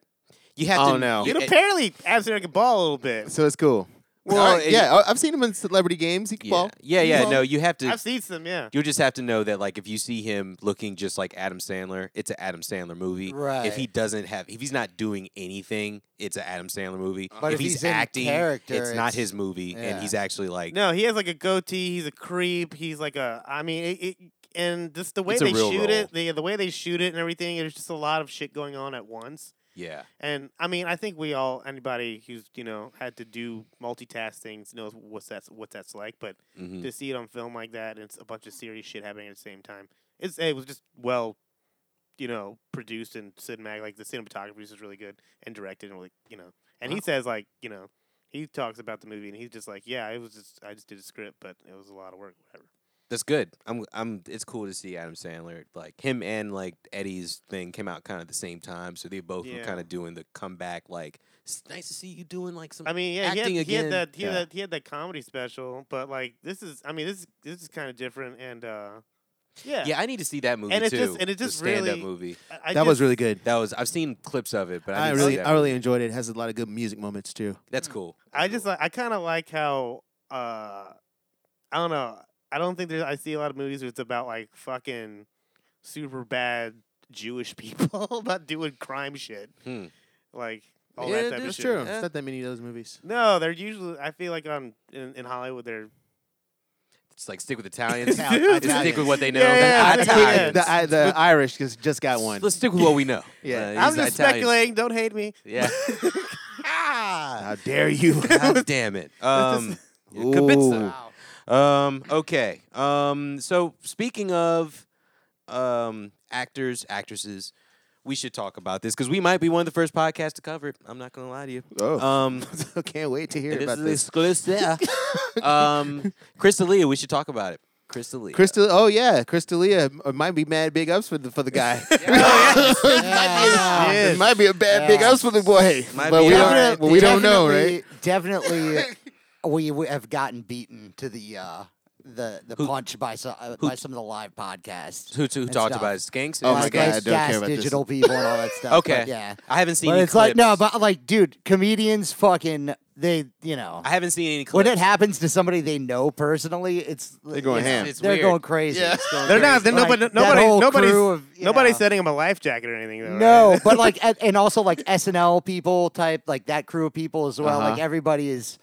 Speaker 1: You have
Speaker 6: Oh,
Speaker 1: to
Speaker 6: no.
Speaker 1: you-
Speaker 2: Dude, apparently, Adam Sandler can ball a little bit.
Speaker 6: So it's cool.
Speaker 1: Well,
Speaker 6: All right,
Speaker 1: it-
Speaker 6: yeah, I- I've seen him in celebrity games. He can
Speaker 1: yeah,
Speaker 6: ball.
Speaker 1: yeah,
Speaker 6: He
Speaker 1: yeah.
Speaker 6: can ball.
Speaker 1: No, you have to
Speaker 2: I've seen some. Yeah.
Speaker 1: You'll just have to know that, like, if you see him looking just like Adam Sandler, it's an Adam Sandler movie.
Speaker 4: Right.
Speaker 1: If he doesn't have, if he's not doing anything, it's an Adam Sandler movie.
Speaker 4: But if
Speaker 1: he's,
Speaker 4: he's in
Speaker 1: acting,
Speaker 4: character,
Speaker 1: it's not
Speaker 4: it's-
Speaker 1: his movie, and
Speaker 4: yeah.
Speaker 1: he's actually like,
Speaker 2: No, he has like a goatee. He's a creep. He's like a. I mean, it, it, and just the way
Speaker 1: It's a
Speaker 2: they
Speaker 1: real
Speaker 2: shoot
Speaker 1: role.
Speaker 2: it, the the way they shoot it and everything, there's just a lot of shit going on at once.
Speaker 1: yeah,
Speaker 2: And I mean, I think we all, anybody who's you know had to do multitask things knows what's that's what that's like. But
Speaker 1: mhm.
Speaker 2: to see it on film like that, it's a bunch of serious shit happening at the same time. It's it was just well, you know, produced and cinematic. Like the cinematography is just really good and directed and like you know. And he says like you know, he talks about the movie and he's just like, yeah, it was just I just did a script, but it was a lot of work, whatever.
Speaker 1: that's good. I'm, I'm. It's cool to see Adam Sandler, like him and like Eddie's thing came out kind of at the same time, so they both were
Speaker 2: Yeah.
Speaker 1: kind of doing the comeback. Like, it's nice to see you doing like some.
Speaker 2: I mean, yeah, he had,
Speaker 1: Mm. acting
Speaker 2: he had
Speaker 1: again.
Speaker 2: that he,
Speaker 1: Yeah.
Speaker 2: had that he had that comedy special, but like this is I mean this is this is kind of different and uh Yeah.
Speaker 1: Yeah, I need to see that movie
Speaker 2: And it
Speaker 1: too.
Speaker 2: just- and it
Speaker 1: the
Speaker 2: just
Speaker 1: stand-up
Speaker 2: really-
Speaker 1: movie.
Speaker 2: I- I
Speaker 6: that was
Speaker 2: just-
Speaker 6: really good.
Speaker 1: That was I've seen clips of it, but I,
Speaker 6: I
Speaker 1: didn't see
Speaker 6: really,
Speaker 1: that
Speaker 6: I really
Speaker 1: movie.
Speaker 6: enjoyed it. It has a lot of good music moments too.
Speaker 1: That's cool.
Speaker 2: I just like I kind of like how uh I don't know. I don't think there's I see a lot of movies where it's about like fucking super bad Jewish people about doing crime shit.
Speaker 1: Hmm.
Speaker 2: Like all
Speaker 6: yeah,
Speaker 2: that type of
Speaker 6: that's
Speaker 2: shit.
Speaker 6: true.
Speaker 1: Yeah.
Speaker 6: It's not that many of those movies.
Speaker 2: No, they're usually I feel like on in, in Hollywood they're
Speaker 1: It's like stick with Italians.
Speaker 6: Ital-
Speaker 1: Just stick with what they know.
Speaker 2: Yeah,
Speaker 1: Let's
Speaker 2: yeah,
Speaker 1: stick-
Speaker 2: yeah.
Speaker 6: The, I, the Irish just, just got one.
Speaker 1: Let's stick with what we know.
Speaker 6: Yeah.
Speaker 1: Uh,
Speaker 2: I'm
Speaker 1: he's
Speaker 2: just
Speaker 1: Italian.
Speaker 2: speculating, don't hate me.
Speaker 1: Yeah.
Speaker 6: How dare you?
Speaker 1: God damn it. Um, Kibitza. Um, okay. Um, so speaking of um, actors, actresses, we should talk about this because we might be one of the first podcasts to cover it. I'm not gonna lie to you.
Speaker 6: Oh.
Speaker 1: Um,
Speaker 6: Can't wait to hear
Speaker 1: this
Speaker 6: about
Speaker 1: is
Speaker 6: this.
Speaker 1: exclusive. um, Crystalia, we should talk about it. Crystalia.
Speaker 6: Crystal, oh yeah, Crystalia m- uh, might be mad big ups for the for the guy.
Speaker 4: Yeah.
Speaker 6: It might be a bad big
Speaker 4: Yeah.
Speaker 6: ups for the boy,
Speaker 1: Might
Speaker 6: but
Speaker 1: be
Speaker 6: we
Speaker 1: a-
Speaker 6: don't, but we don't know,
Speaker 4: Definitely-
Speaker 6: right?
Speaker 4: Definitely, we, we have gotten beaten to the uh, the the
Speaker 1: Who-
Speaker 4: punch by some uh, by some of the live podcasts.
Speaker 1: Who, who
Speaker 4: and
Speaker 1: talked
Speaker 4: stuff.
Speaker 1: about it? Skanks?
Speaker 6: Oh my
Speaker 4: Like,
Speaker 6: God, I
Speaker 4: those
Speaker 6: don't care
Speaker 4: gas
Speaker 6: about this.
Speaker 4: digital people and all that stuff.
Speaker 1: Okay.
Speaker 4: but yeah.
Speaker 1: I haven't seen.
Speaker 4: But
Speaker 1: any
Speaker 4: it's like no,
Speaker 1: clips.
Speaker 4: but like, dude, comedians, fucking, they, you know,
Speaker 1: I haven't seen any clips.
Speaker 4: when it happens to somebody they know personally, it's they're
Speaker 6: going
Speaker 1: ham. It's
Speaker 4: they're
Speaker 1: weird.
Speaker 4: going crazy.
Speaker 6: Yeah.
Speaker 2: They're not they're
Speaker 4: Like,
Speaker 2: nobody
Speaker 4: that
Speaker 2: nobody
Speaker 4: whole
Speaker 2: nobody's
Speaker 4: crew of, you
Speaker 2: nobody's
Speaker 4: know.
Speaker 2: sending him a life jacket or anything though.
Speaker 4: No,
Speaker 2: right?
Speaker 4: but like, and- and also like SNL people type, like that crew of people as well. Like
Speaker 6: Uh-huh.
Speaker 4: everybody is.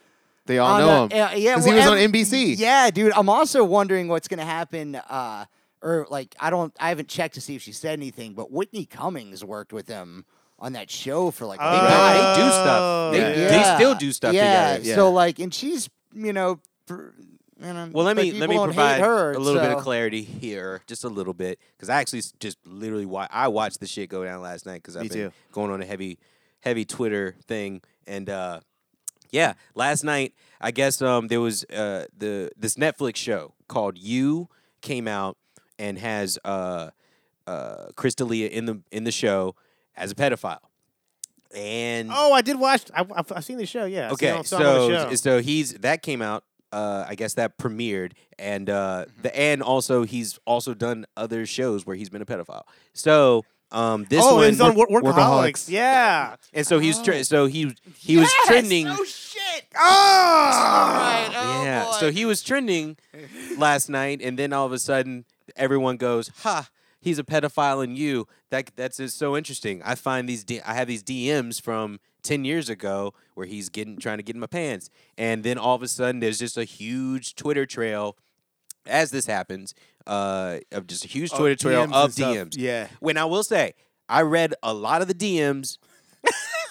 Speaker 6: They all
Speaker 4: on
Speaker 6: know
Speaker 4: the-
Speaker 6: him
Speaker 4: uh, yeah,
Speaker 6: because he
Speaker 4: well,
Speaker 6: was on
Speaker 4: ev-
Speaker 6: NBC.
Speaker 4: Yeah, dude. I'm also wondering what's gonna happen. Uh, or like, I don't, I haven't checked to see if she said anything, but Whitney Cummings worked with him on that show for like. a
Speaker 1: They,
Speaker 2: Uh,
Speaker 4: while.
Speaker 1: no, they do stuff. They,
Speaker 2: Yeah.
Speaker 1: Oh, they still do stuff
Speaker 4: yeah.
Speaker 1: together.
Speaker 4: So like, and she's you know. Pr- you know,
Speaker 1: Well, let
Speaker 4: Um, but
Speaker 1: me let
Speaker 4: people
Speaker 1: me
Speaker 4: don't hate
Speaker 1: provide
Speaker 4: her,
Speaker 1: a little bit of
Speaker 4: so-
Speaker 1: clarity here, just a little bit, because I actually s- just literally wa- I watched the shit go down last night because I've
Speaker 6: Me
Speaker 1: been
Speaker 6: too.
Speaker 1: going on a heavy heavy Twitter thing, and uh, yeah, last night I guess um, there was uh, the this Netflix show called You came out and has uh, uh, Chris D'Elia in the in the show as a pedophile, and
Speaker 2: Oh, I did watch I have I've seen the show, yeah. I seen
Speaker 1: Okay,
Speaker 2: all- saw him on the
Speaker 1: so
Speaker 2: show.
Speaker 1: so he's that came out. Uh, I guess that premiered, and uh,
Speaker 2: Mm-hmm.
Speaker 1: the and also he's also done other shows where he's been a pedophile. So um, this
Speaker 2: oh,
Speaker 1: one
Speaker 2: he's on work- workaholics.
Speaker 6: Workaholics.
Speaker 2: Yeah. Oh.
Speaker 1: and so he's tre- so he he was trending.
Speaker 4: Oh shit!
Speaker 6: Ah!
Speaker 4: Oh,
Speaker 1: yeah, so he was trending last night, and then all of a sudden everyone goes, "Ha." He's a pedophile, and you that that's just so interesting. I find these D- I have these DMs from ten years ago where he's getting trying to get in my pants, and then all of a sudden there's just a huge Twitter trail as this happens uh, of just a huge
Speaker 6: Oh,
Speaker 1: Twitter trail
Speaker 6: DMs
Speaker 1: of
Speaker 6: and stuff.
Speaker 1: DMs.
Speaker 6: Yeah.
Speaker 1: When I will say, I read a lot of the DMs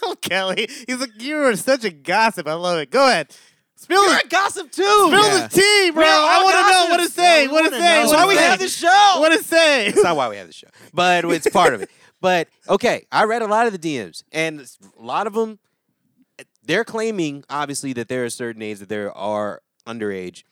Speaker 2: Oh, Kelly. He's like, you are such a gossip. I love it. Go ahead. Spill the,
Speaker 1: gossip too.
Speaker 2: spill
Speaker 6: Yeah.
Speaker 2: the tea, bro. I want to know what to say. What to say.
Speaker 1: That's why we have
Speaker 2: the
Speaker 1: the show.
Speaker 2: What to say.
Speaker 1: It's not why we have the show, but it's part of it. But okay, I read a lot of the DMs, and s- a lot of them, they're claiming obviously that there are certain age that there are underage,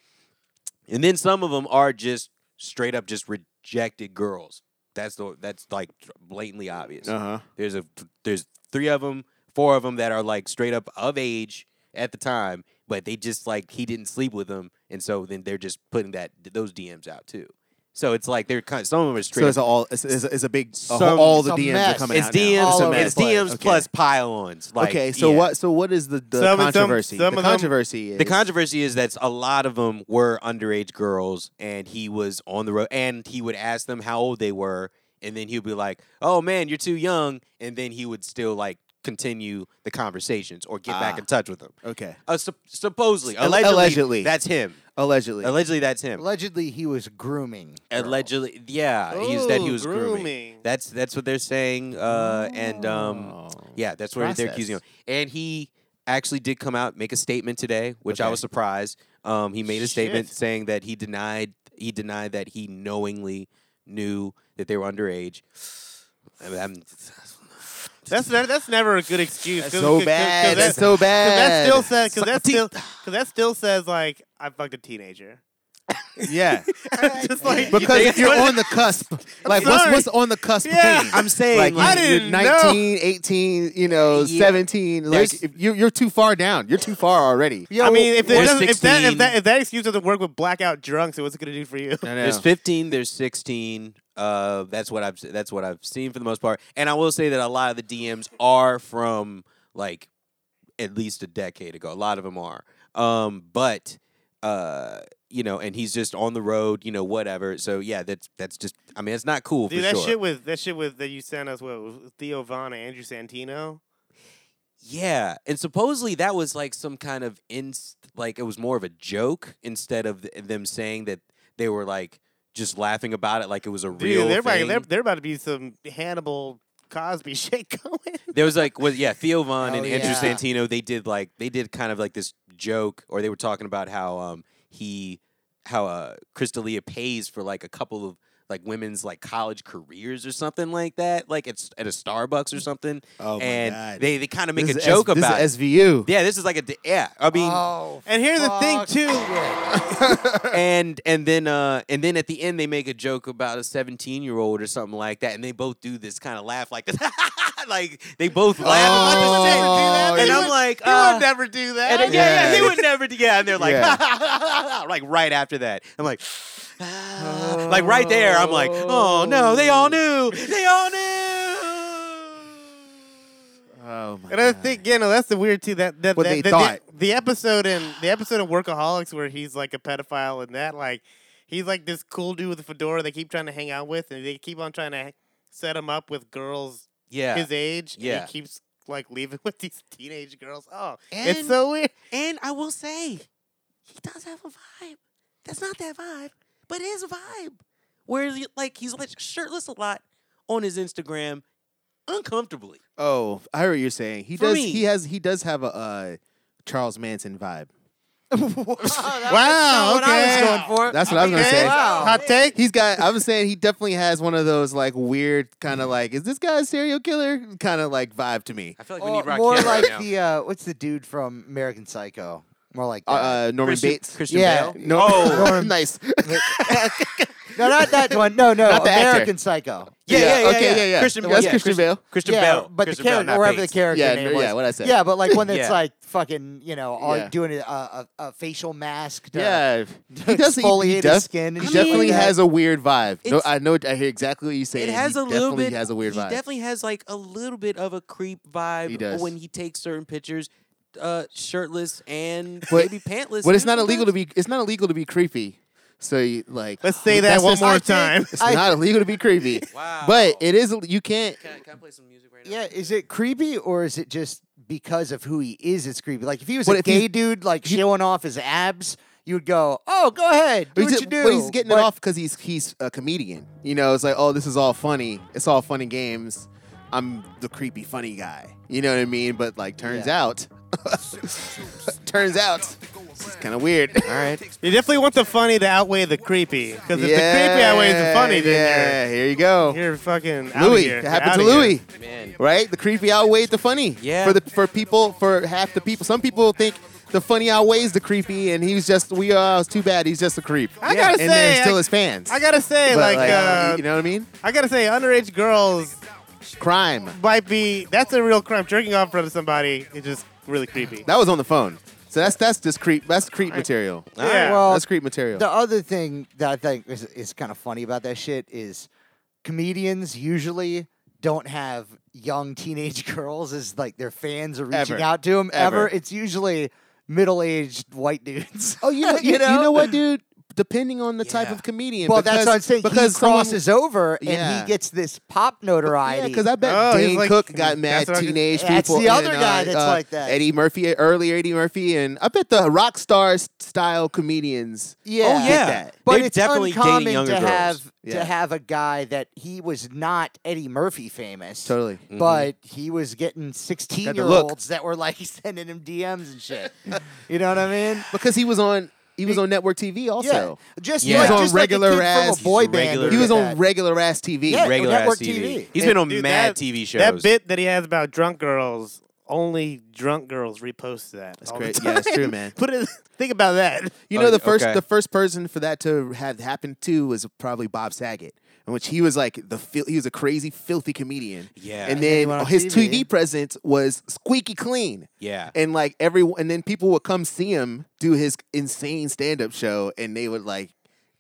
Speaker 1: and then some of them are just straight up just rejected girls. That's the that's like blatantly obvious.
Speaker 6: Uh huh.
Speaker 1: There's a there's three of them, four of them that are like straight up of age at the time, but they just like he didn't sleep with them, and so then they're just putting that those DMs out too. So it's like they're kind some of them are straight.
Speaker 6: So it's
Speaker 1: up,
Speaker 6: all it's, it's, it's a big a whole-
Speaker 1: Some-
Speaker 6: all the
Speaker 4: it's a
Speaker 6: DMs
Speaker 4: mess.
Speaker 6: are coming
Speaker 1: it's
Speaker 6: out.
Speaker 1: DMs,
Speaker 4: All over
Speaker 1: it's
Speaker 4: the place.
Speaker 1: DMs plus pile-ons. Like,
Speaker 6: okay, so
Speaker 1: yeah.
Speaker 6: what so what is the, the
Speaker 2: Some of them-
Speaker 6: controversy?
Speaker 2: some
Speaker 6: the
Speaker 2: of them-
Speaker 6: controversy is
Speaker 1: The controversy is that a lot of them were underage girls, and he was on the road, and he would ask them how old they were, and then he'd be like, "Oh man, you're too young," and then he would still like continue the conversations or get back
Speaker 6: Ah.
Speaker 1: in touch with them.
Speaker 6: okay
Speaker 1: Uh, sup- supposedly,
Speaker 6: Al-
Speaker 1: allegedly,
Speaker 6: allegedly.
Speaker 1: that's him.
Speaker 6: allegedly.
Speaker 1: Allegedly, that's him.
Speaker 4: Allegedly, he was grooming. girls.
Speaker 1: Allegedly, yeah, he's that he
Speaker 2: Ooh,
Speaker 1: was grooming. That's that's what they're saying, uh, and
Speaker 6: Oh.
Speaker 1: um, yeah, that's where they're accusing him. And he actually did come out make a statement today, which I
Speaker 6: Okay.
Speaker 1: was surprised. Um, he made a statement
Speaker 2: Shit.
Speaker 1: saying that he denied he denied that he knowingly knew that they were underage. I mean, I'm-
Speaker 2: That's never, that's never a good excuse.
Speaker 6: That's
Speaker 2: 'cause-
Speaker 6: so
Speaker 2: 'cause- 'cause
Speaker 6: bad.
Speaker 2: That,
Speaker 6: That's so
Speaker 2: 'cause
Speaker 6: bad.
Speaker 2: that still says because
Speaker 1: Suck
Speaker 2: that
Speaker 1: my
Speaker 2: still because that still says like I fucked a teenager.
Speaker 6: Yeah.
Speaker 2: just like
Speaker 6: Because if you're on the cusp, like what's,
Speaker 2: sorry.
Speaker 6: what's on the cusp
Speaker 2: Yeah.
Speaker 6: thing?
Speaker 1: I'm saying
Speaker 6: like,
Speaker 1: like,
Speaker 2: I
Speaker 6: you're-
Speaker 2: didn't
Speaker 6: you're
Speaker 2: know.
Speaker 6: 19, 18, you know, 17.
Speaker 1: There's-
Speaker 6: Like if you're, you're too far down. You're too far already.
Speaker 2: I mean, if,
Speaker 1: Or
Speaker 2: it doesn't- if that
Speaker 1: 16.
Speaker 2: if that if that excuse doesn't work with blackout drunks, then what's it gonna do for you?
Speaker 6: I know.
Speaker 1: There's 15. There's 16. Uh, that's what I've that's what I've seen for the most part. And I will say that a lot of the DMs are from like at least a decade ago. A lot of them are. Um, but uh, you know, and he's just on the road. You know, whatever. So yeah, that's that's just. I mean, it's not cool
Speaker 2: Dude,
Speaker 1: for
Speaker 2: that
Speaker 1: sure.
Speaker 2: shit with that shit with that you sent us what with Theo Vaughn and Andrew Santino.
Speaker 1: Yeah, and supposedly that was like some kind of inst like it was more of a joke instead of th- them saying that they were like just laughing about it like it was a
Speaker 2: Dude,
Speaker 1: real
Speaker 2: they're, About,
Speaker 1: thing.
Speaker 2: they're, they're about to be some Hannibal Cosby shit going.
Speaker 1: There was like was yeah Theo Von and
Speaker 4: Oh,
Speaker 1: Andrew
Speaker 4: yeah.
Speaker 1: Santino they did like they did kind of like this joke or they were talking about how um he how uh Crystalia pays for like a couple of like women's like college careers or something like that like it's at a Starbucks or something
Speaker 6: Oh my
Speaker 1: and
Speaker 6: God.
Speaker 1: they they kind of make
Speaker 6: This
Speaker 1: a
Speaker 6: is
Speaker 1: joke
Speaker 6: S-
Speaker 1: about
Speaker 6: this
Speaker 1: it.
Speaker 6: is SVU.
Speaker 1: yeah this is like a d- yeah I mean
Speaker 4: Oh,
Speaker 2: And here's the thing
Speaker 4: fuck
Speaker 2: too.
Speaker 4: yeah.
Speaker 1: and and then uh and then at the end they make a joke about a 17 year old or something like that and they both do this kind of laugh like this like they both laugh about this
Speaker 6: Oh,
Speaker 1: shit.
Speaker 6: yeah.
Speaker 1: and
Speaker 6: He
Speaker 1: i'm
Speaker 6: would-
Speaker 1: like
Speaker 2: He
Speaker 1: uh,
Speaker 2: would never do that.
Speaker 1: and then- yeah, yeah,
Speaker 6: Yeah.
Speaker 1: they would never do yeah and they're like like right after that i'm like ah, like right there i'm like oh no they all knew they all knew
Speaker 6: Oh my
Speaker 2: And I
Speaker 6: God.
Speaker 2: think you know that's the weird too that that,
Speaker 6: What
Speaker 2: that-
Speaker 6: they
Speaker 2: that-
Speaker 6: thought.
Speaker 2: the, the episode in the episode in Workaholics where he's like a pedophile and that like he's like this cool dude with a fedora they keep trying to hang out with and they keep on trying to set him up with girls
Speaker 1: yeah
Speaker 2: his age and
Speaker 1: Yeah.
Speaker 2: he keeps like leaving with these teenage girls oh
Speaker 1: And-
Speaker 2: it's so weird
Speaker 1: And I will say, he does have a vibe. That's not that vibe, but it is a vibe. Where he- like he's like shirtless a lot on his Instagram, uncomfortably.
Speaker 6: Oh, I heard what you're saying. He
Speaker 1: For
Speaker 6: does.
Speaker 1: me.
Speaker 6: He has. He does have a uh, Charles Manson vibe.
Speaker 2: wow okay
Speaker 1: for.
Speaker 6: That's what I was gonna
Speaker 2: Okay.
Speaker 6: say.
Speaker 2: Wow. Hot
Speaker 6: take. He's got. I was saying he definitely has one of those like weird kind
Speaker 1: Mm.
Speaker 6: of like is this guy a serial killer kind of like vibe to me.
Speaker 1: I feel like we
Speaker 4: Or
Speaker 1: need Rakim
Speaker 4: more like
Speaker 1: right now.
Speaker 4: the uh, what's the dude from American Psycho? More like
Speaker 6: Uh,
Speaker 4: that.
Speaker 6: uh, Norman
Speaker 1: Christian,
Speaker 6: Bates.
Speaker 1: Christian
Speaker 4: Yeah.
Speaker 1: Bale.
Speaker 6: No,
Speaker 4: Oh.
Speaker 6: nice.
Speaker 4: no, not that one. No, no,
Speaker 6: uh, Not the actor.
Speaker 4: American Psycho.
Speaker 1: Yeah, yeah, yeah,
Speaker 6: okay,
Speaker 1: yeah.
Speaker 6: yeah, yeah.
Speaker 1: Christian Bale,
Speaker 6: That's
Speaker 1: yeah,
Speaker 6: Christian Bale.
Speaker 1: Christian
Speaker 4: yeah,
Speaker 1: Bell,
Speaker 4: but the character, or whatever the character
Speaker 6: Yeah,
Speaker 4: name
Speaker 6: no-
Speaker 4: was.
Speaker 6: yeah, what I said.
Speaker 4: Yeah, but like one that's
Speaker 1: Yeah.
Speaker 4: like fucking, you know, all
Speaker 6: Yeah.
Speaker 4: doing a, a, a facial mask. To,
Speaker 6: Yeah, he does. He,
Speaker 4: exfoliate
Speaker 6: he
Speaker 4: his
Speaker 6: def-
Speaker 4: skin. And
Speaker 6: he
Speaker 4: shit
Speaker 6: definitely
Speaker 4: like that.
Speaker 6: has a weird vibe. No,
Speaker 1: It's-
Speaker 6: I know. I hear exactly what you're saying.
Speaker 1: It has
Speaker 6: he
Speaker 1: a little
Speaker 6: definitely
Speaker 1: bit.
Speaker 6: Has a weird
Speaker 1: he
Speaker 6: vibe.
Speaker 1: definitely has like a little bit of a creep vibe
Speaker 6: He does.
Speaker 1: when he takes certain pictures, uh, shirtless and
Speaker 6: But-
Speaker 1: maybe pantless.
Speaker 6: But it's
Speaker 1: too
Speaker 6: not illegal to
Speaker 1: sometimes.
Speaker 6: be. It's not illegal to be creepy. So you, like,
Speaker 2: let's say that
Speaker 6: that's
Speaker 2: one
Speaker 6: just-
Speaker 2: more
Speaker 6: I think-
Speaker 2: time
Speaker 6: It's
Speaker 4: I-
Speaker 6: not illegal to be creepy.
Speaker 1: Wow.
Speaker 6: But it is. You can't.
Speaker 1: Can I, can I play some music right now?
Speaker 4: Yeah, is it creepy or is it just because of who he is? It's creepy. Like if he was
Speaker 6: What
Speaker 4: a
Speaker 6: if he's-
Speaker 4: gay dude, like showing off his abs, you would go, "Oh, go ahead, do
Speaker 6: He's
Speaker 4: what
Speaker 6: ju-
Speaker 4: you do."
Speaker 6: But he's getting
Speaker 4: But-
Speaker 6: it off because he's he's a comedian. You know, it's like, oh, this is all funny. It's all funny games. I'm the creepy funny guy. You know what I mean? But like, turns out, turns out, it's kind of weird. All right.
Speaker 2: you definitely want the funny to outweigh the creepy because if the creepy outweighs the funny then
Speaker 6: yeah. Here you go,
Speaker 2: you're, you're fucking out
Speaker 6: Louis.
Speaker 2: here.
Speaker 6: It
Speaker 2: You're
Speaker 6: happened to
Speaker 2: outta here.
Speaker 6: Louis.
Speaker 1: Man.
Speaker 6: right? The creepy outweighed the funny.
Speaker 1: Yeah.
Speaker 6: For the for people for half the people, some people think the funny outweighs the creepy, and he was just we uh, it's too bad he's just a creep.
Speaker 2: I gotta
Speaker 6: and
Speaker 2: say,
Speaker 6: there's still
Speaker 2: I-
Speaker 6: his fans.
Speaker 2: I gotta say
Speaker 6: But,
Speaker 2: like, uh,
Speaker 6: you know what I mean?
Speaker 2: I gotta say underage girls
Speaker 6: Crime.
Speaker 2: might be that's a real crime. Jerking off in front of somebody is just really creepy.
Speaker 6: That was on the phone. So that's that's just creep. That's creep material.
Speaker 2: yeah.
Speaker 4: well,
Speaker 6: that's creep material.
Speaker 4: The other thing that I think is, is kind of funny about that shit is comedians usually don't have young teenage girls as like their fans are reaching
Speaker 6: Ever.
Speaker 4: out to them
Speaker 6: Ever.
Speaker 4: ever. It's usually middle-aged white dudes.
Speaker 6: oh, you know, you,
Speaker 4: you
Speaker 6: you
Speaker 4: know?
Speaker 6: know? what, dude? Depending on the type
Speaker 1: Yeah.
Speaker 6: of comedian.
Speaker 4: well,
Speaker 6: because,
Speaker 4: that's what I'm saying.
Speaker 6: Because
Speaker 4: he
Speaker 6: someone-
Speaker 4: crosses over and
Speaker 6: Yeah.
Speaker 4: he gets this pop
Speaker 6: Yeah,
Speaker 4: notoriety.
Speaker 6: because I bet
Speaker 2: Oh, he's
Speaker 6: Dane
Speaker 2: like-
Speaker 6: Cook got
Speaker 2: that's
Speaker 6: mad
Speaker 2: what I was-
Speaker 6: teenage
Speaker 4: That's
Speaker 6: people.
Speaker 4: the other
Speaker 6: and,
Speaker 4: guy
Speaker 6: uh,
Speaker 4: that's
Speaker 6: uh,
Speaker 4: like that.
Speaker 6: Eddie Murphy, early Eddie Murphy, and I bet the rock star s- style comedians.
Speaker 4: Yeah.
Speaker 1: Oh, yeah.
Speaker 6: that.
Speaker 4: But
Speaker 1: They're
Speaker 4: it's
Speaker 1: definitely dating
Speaker 4: uncommon
Speaker 1: younger
Speaker 4: to
Speaker 1: girls.
Speaker 4: have
Speaker 6: Yeah.
Speaker 4: to have a guy that he was not Eddie Murphy famous.
Speaker 6: Totally. Mm-hmm.
Speaker 4: But he was getting 16 year
Speaker 6: look.
Speaker 4: olds that were like sending him DMs and shit. you know what I mean?
Speaker 6: Because he was on, he was on network TV also.
Speaker 4: yeah. Just,
Speaker 1: Yeah.
Speaker 4: Like,
Speaker 1: He was
Speaker 6: on
Speaker 4: just like a
Speaker 6: regular
Speaker 4: kid
Speaker 6: ass-
Speaker 4: from a boy
Speaker 1: he's a
Speaker 4: band.
Speaker 1: regular-
Speaker 4: would
Speaker 6: He was
Speaker 4: do
Speaker 6: on
Speaker 4: that.
Speaker 6: regular ass TV.
Speaker 4: Yeah.
Speaker 1: regular ass
Speaker 4: network
Speaker 1: TV.
Speaker 4: TV.
Speaker 1: He's been on
Speaker 2: Dude,
Speaker 1: mad
Speaker 2: that-
Speaker 1: TV shows.
Speaker 2: That bit that he has about drunk girls only drunk girls repost that.
Speaker 6: That's
Speaker 2: all the
Speaker 6: great. Yeah, that's true,
Speaker 2: time.
Speaker 6: man.
Speaker 2: Put it. Think about that.
Speaker 6: You
Speaker 1: Oh,
Speaker 6: know, the
Speaker 1: yeah,
Speaker 6: first
Speaker 1: okay.
Speaker 6: the first person for that to have happened to was probably Bob Saget, in which he was like the fil- he was a crazy, filthy comedian.
Speaker 1: Yeah.
Speaker 6: and
Speaker 1: And
Speaker 6: then
Speaker 4: went on
Speaker 6: his
Speaker 4: TV.
Speaker 6: TV presence was squeaky clean.
Speaker 1: Yeah.
Speaker 6: and like every and then people would come see him do his insane stand up show, and they would like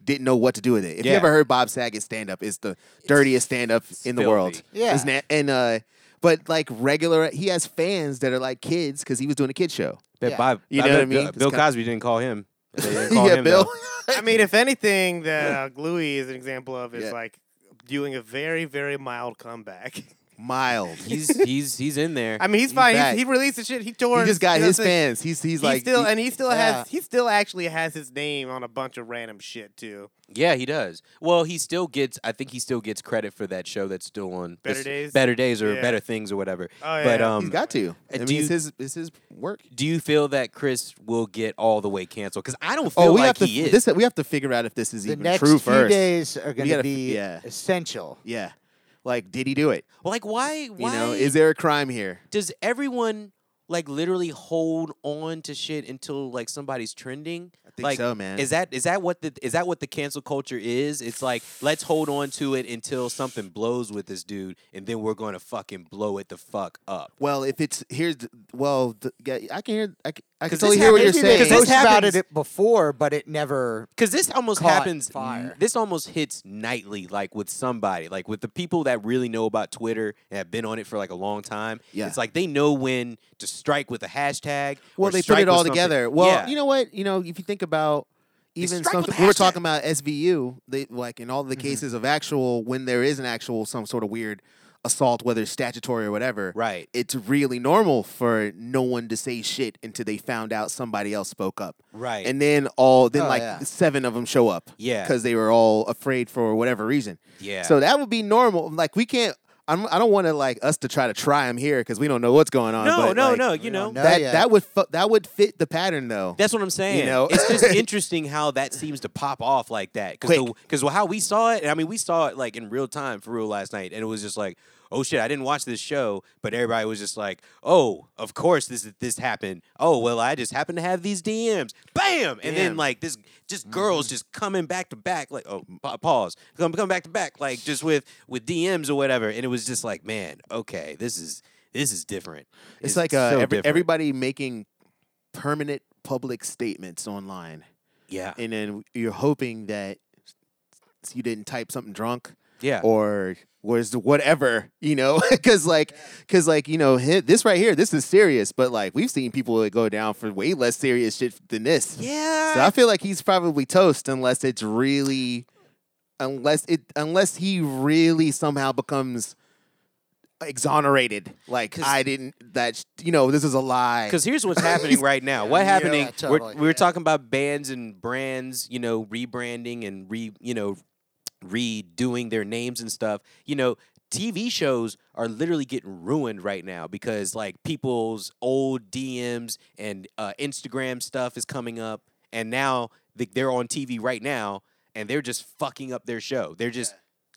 Speaker 6: didn't know what to do with it. If you
Speaker 1: Yeah.
Speaker 6: ever heard Bob Saget stand up, it's the dirtiest stand up in the world.
Speaker 1: filthy.
Speaker 4: Yeah.
Speaker 6: It's na- and uh, but like regular, he has fans that are like kids because he was doing a kid show.
Speaker 1: Bet
Speaker 4: Yeah.
Speaker 1: Bob,
Speaker 6: You
Speaker 1: I
Speaker 6: know
Speaker 1: bet
Speaker 6: what I mean?
Speaker 1: Bill-
Speaker 6: It's
Speaker 1: Bill
Speaker 6: kinda-
Speaker 1: Cosby didn't call him. They didn't call him,
Speaker 6: Bill.
Speaker 1: though.
Speaker 2: I mean, if anything, that uh, Gluey is an example of is
Speaker 6: Yeah.
Speaker 2: like doing a very, very mild comeback.
Speaker 6: Mild.
Speaker 1: He's he's he's in there.
Speaker 2: I mean, he's, fine.
Speaker 6: back.
Speaker 2: He's, he released the shit. He tore.
Speaker 6: He just got
Speaker 2: you know,
Speaker 6: his
Speaker 2: so he-
Speaker 6: fans. He's he's
Speaker 2: He
Speaker 6: like
Speaker 2: still
Speaker 6: he-
Speaker 2: and he still
Speaker 4: yeah.
Speaker 2: has he still actually has his name on a bunch of random shit too.
Speaker 1: Yeah, he does. Well, he still gets. I think he still gets credit for that show that's still on
Speaker 2: Better
Speaker 1: this-
Speaker 2: Days?
Speaker 1: Better Days, or
Speaker 2: Yeah.
Speaker 1: Better Things, or whatever.
Speaker 2: Oh,
Speaker 1: But
Speaker 2: yeah.
Speaker 1: um,
Speaker 6: he's got to. I
Speaker 1: do
Speaker 6: mean, it's
Speaker 1: you-
Speaker 6: his it's his work.
Speaker 1: do you feel that Chris will get all the way canceled? Because I don't feel
Speaker 6: Oh, we
Speaker 1: like
Speaker 6: have to.
Speaker 1: he is.
Speaker 6: This we have to figure out if this is
Speaker 4: The
Speaker 6: even
Speaker 4: next
Speaker 6: true
Speaker 4: few
Speaker 6: first.
Speaker 4: days are going
Speaker 6: gotta
Speaker 4: to
Speaker 6: f-
Speaker 4: be
Speaker 6: yeah.
Speaker 4: essential.
Speaker 6: Yeah, like did he do it?
Speaker 1: Well, like, why? Why
Speaker 6: You know, is there a crime here?
Speaker 1: does everyone like literally hold on to shit until like somebody's trending? I
Speaker 6: think
Speaker 1: like,
Speaker 6: so, man.
Speaker 1: Is that is that what the is that what the cancel culture is? It's like let's hold on to it until something blows with this dude, and then we're going to fucking blow it the fuck up.
Speaker 6: Well, if it's here's the- well, the, yeah, I can hear I can, I can
Speaker 1: 'Cause
Speaker 6: totally
Speaker 1: this
Speaker 6: hear what you're
Speaker 1: happens-
Speaker 6: saying.
Speaker 1: Because this
Speaker 4: Because they posted about
Speaker 1: happens-
Speaker 4: it before, but it never.
Speaker 1: Because this almost
Speaker 4: Caught
Speaker 1: happens.
Speaker 4: fire.
Speaker 1: This almost hits nightly, like with somebody, like with the people that really know about Twitter and have been on it for like a long time.
Speaker 6: Yeah.
Speaker 1: It's like they know when to strike with a hashtag.
Speaker 6: well,
Speaker 1: or
Speaker 6: they put
Speaker 1: strike
Speaker 6: it all
Speaker 1: with something.
Speaker 6: together. Well,
Speaker 1: Yeah.
Speaker 6: you know what? You know, if you think about even
Speaker 1: strike
Speaker 6: something
Speaker 1: with
Speaker 6: we were
Speaker 1: hashtag. Mm-hmm.
Speaker 6: talking about SVU, they like in all the cases of actual when there is an actual some sort of weird assault, whether it's statutory or whatever.
Speaker 1: Right.
Speaker 6: It's really normal for no one to say shit until they found out somebody else spoke up.
Speaker 1: Right.
Speaker 6: And then all then
Speaker 4: Oh,
Speaker 6: like
Speaker 4: yeah.
Speaker 6: seven of them show up.
Speaker 1: Yeah.
Speaker 6: Because they were all afraid for whatever reason.
Speaker 1: Yeah.
Speaker 6: So that would be normal. Like we can't. I'm, I don't want to like us to try to try him here because we don't know what's going on.
Speaker 1: no,
Speaker 6: but,
Speaker 1: no,
Speaker 6: like,
Speaker 1: no. You know,
Speaker 4: know.
Speaker 6: That
Speaker 4: yet.
Speaker 6: that would fu- that would fit the pattern though.
Speaker 1: That's what I'm saying.
Speaker 6: know?
Speaker 1: it's just interesting how that seems to pop off like that.
Speaker 6: Quick.
Speaker 1: Because how we saw it, I mean, we saw it like in real time for real last night, and it was just like, oh shit, I didn't watch this show, but everybody was just like, oh, of course this this happened. Oh well, I just happened to have these DMs. Bam, and then
Speaker 6: Damn. Mm-hmm.
Speaker 1: like this, just girls just coming back to back, like oh pa- pause, come come back to back, like just with with DMs or whatever, and it was just like, man, okay, this is. This is different.
Speaker 6: it's, like uh,
Speaker 1: so
Speaker 6: every,
Speaker 1: different.
Speaker 6: everybody making permanent public statements online,
Speaker 1: Yeah.
Speaker 6: and then you're hoping that you didn't type something drunk
Speaker 1: Yeah.
Speaker 6: or was the whatever you know because like because like you know hi- this right here this is serious but like we've seen people that go down for way less serious shit than this
Speaker 1: yeah.
Speaker 6: So I feel like he's probably toast unless it's really unless it unless he really somehow becomes exonerated like
Speaker 1: 'Cause-
Speaker 6: I didn't that sh- you know this is a lie.
Speaker 1: Because here's what's happening right now. What happening?
Speaker 4: yeah,
Speaker 1: we're,
Speaker 4: totally.
Speaker 1: we were talking about bands and brands, you know, rebranding and re, you know, redoing their names and stuff. You know, TV shows are literally getting ruined right now because like people's old DMs and uh, Instagram stuff is coming up, and now th- they're on TV right now, and they're just fucking up their show. They're just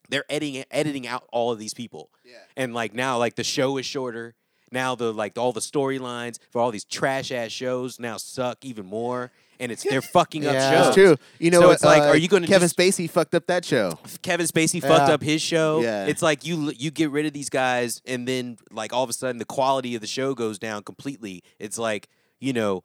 Speaker 1: they're editing editing out all of these people. Yeah. And like now, like the show is shorter. Now the like all the storylines for all these trash ass shows now suck even more, and it's they're fucking up
Speaker 4: Yeah.
Speaker 1: shows.
Speaker 6: That's true. You know
Speaker 1: So
Speaker 6: what,
Speaker 1: it's like,
Speaker 6: uh,
Speaker 1: are you gonna
Speaker 6: Kevin
Speaker 1: just-
Speaker 6: Spacey fucked up that show.
Speaker 1: Kevin Spacey fucked
Speaker 4: Yeah.
Speaker 1: up his show.
Speaker 6: Yeah.
Speaker 1: It's like you you get rid of these guys, and then like all of a sudden the quality of the show goes down completely. It's like you know,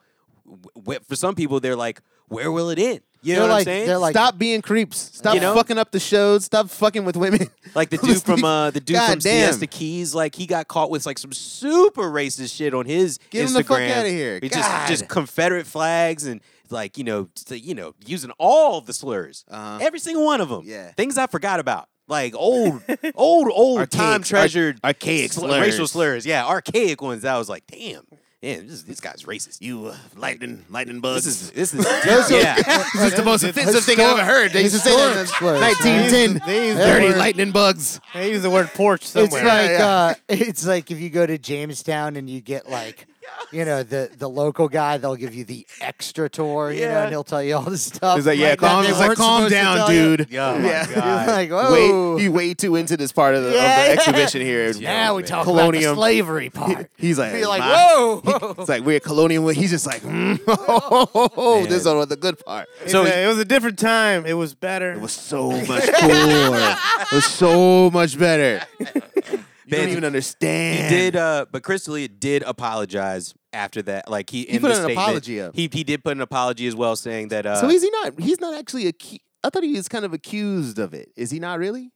Speaker 1: w- for some people they're like, where will it end? You know
Speaker 4: They're
Speaker 1: what I'm
Speaker 4: like-
Speaker 1: saying?
Speaker 4: they're like-
Speaker 6: Stop being creeps. Stop
Speaker 1: You know?
Speaker 6: fucking up the shows. Stop fucking with women.
Speaker 1: Like the dude from uh the dude
Speaker 6: God
Speaker 1: from
Speaker 6: damn.
Speaker 1: Siesta Keys, like he got caught with like some super racist shit on his
Speaker 6: Get
Speaker 1: Instagram.
Speaker 6: him the fuck outta here.
Speaker 1: He just just
Speaker 6: God.
Speaker 1: Confederate flags and like you know s- you know using all the slurs,
Speaker 6: Uh-huh.
Speaker 1: every single one of them.
Speaker 6: Yeah.
Speaker 1: things I forgot about. Like old, old, old time
Speaker 6: Archaic-
Speaker 1: treasured
Speaker 6: ar- archaic
Speaker 1: sl- racial
Speaker 6: slurs.
Speaker 1: slurs. Yeah, archaic ones. That I was like, damn, man, this, this guy's racist.
Speaker 6: You uh, lightning lightning
Speaker 1: This
Speaker 6: bugs.
Speaker 1: is this is yeah.
Speaker 6: this is the most offensive thing I've ever heard. They used to say that in
Speaker 4: Historic slurs, man.
Speaker 6: 1910.
Speaker 2: They use the
Speaker 6: Dirty
Speaker 2: word-
Speaker 6: lightning bugs.
Speaker 2: They use the word porch somewhere.
Speaker 4: It's like
Speaker 6: Yeah,
Speaker 4: uh, it's like if you go to Jamestown and you get like you know, the the local guy, they'll give you the extra tour, you know,
Speaker 1: Yeah.
Speaker 4: and he'll tell you all this stuff.
Speaker 6: He's like, yeah,
Speaker 4: uh, that
Speaker 6: calm,
Speaker 4: they
Speaker 6: he's like,
Speaker 4: weren't
Speaker 6: calm
Speaker 4: supposed to
Speaker 6: down,
Speaker 4: tell you."
Speaker 6: dude.
Speaker 1: Yeah, oh my
Speaker 6: Yeah.
Speaker 1: God.
Speaker 4: You're like, whoa.
Speaker 6: Way, you way too into this part of the,
Speaker 4: Oh. Yeah.
Speaker 6: of the exhibition here.
Speaker 4: now we
Speaker 1: man.
Speaker 4: talk about the
Speaker 6: Colonium.
Speaker 4: slavery part.
Speaker 6: He's like,
Speaker 4: You're like,
Speaker 6: "My-"
Speaker 4: whoa.
Speaker 6: It's like we're colonial. He's just like, mm, oh, this is all the good part.
Speaker 2: So it was a different time. It was better.
Speaker 6: It was so much cooler. it was so much better. You
Speaker 1: Man,
Speaker 6: don't even
Speaker 1: He
Speaker 6: understand.
Speaker 1: did, uh, but Chris D'Elia did apologize after that. Like he, in
Speaker 6: put
Speaker 1: the
Speaker 6: an
Speaker 1: statement-
Speaker 6: apology up.
Speaker 1: He he did put an apology as well, saying that. Uh,
Speaker 6: so is he not? He's not actually acu- I thought he was kind of accused of it. Is he not really?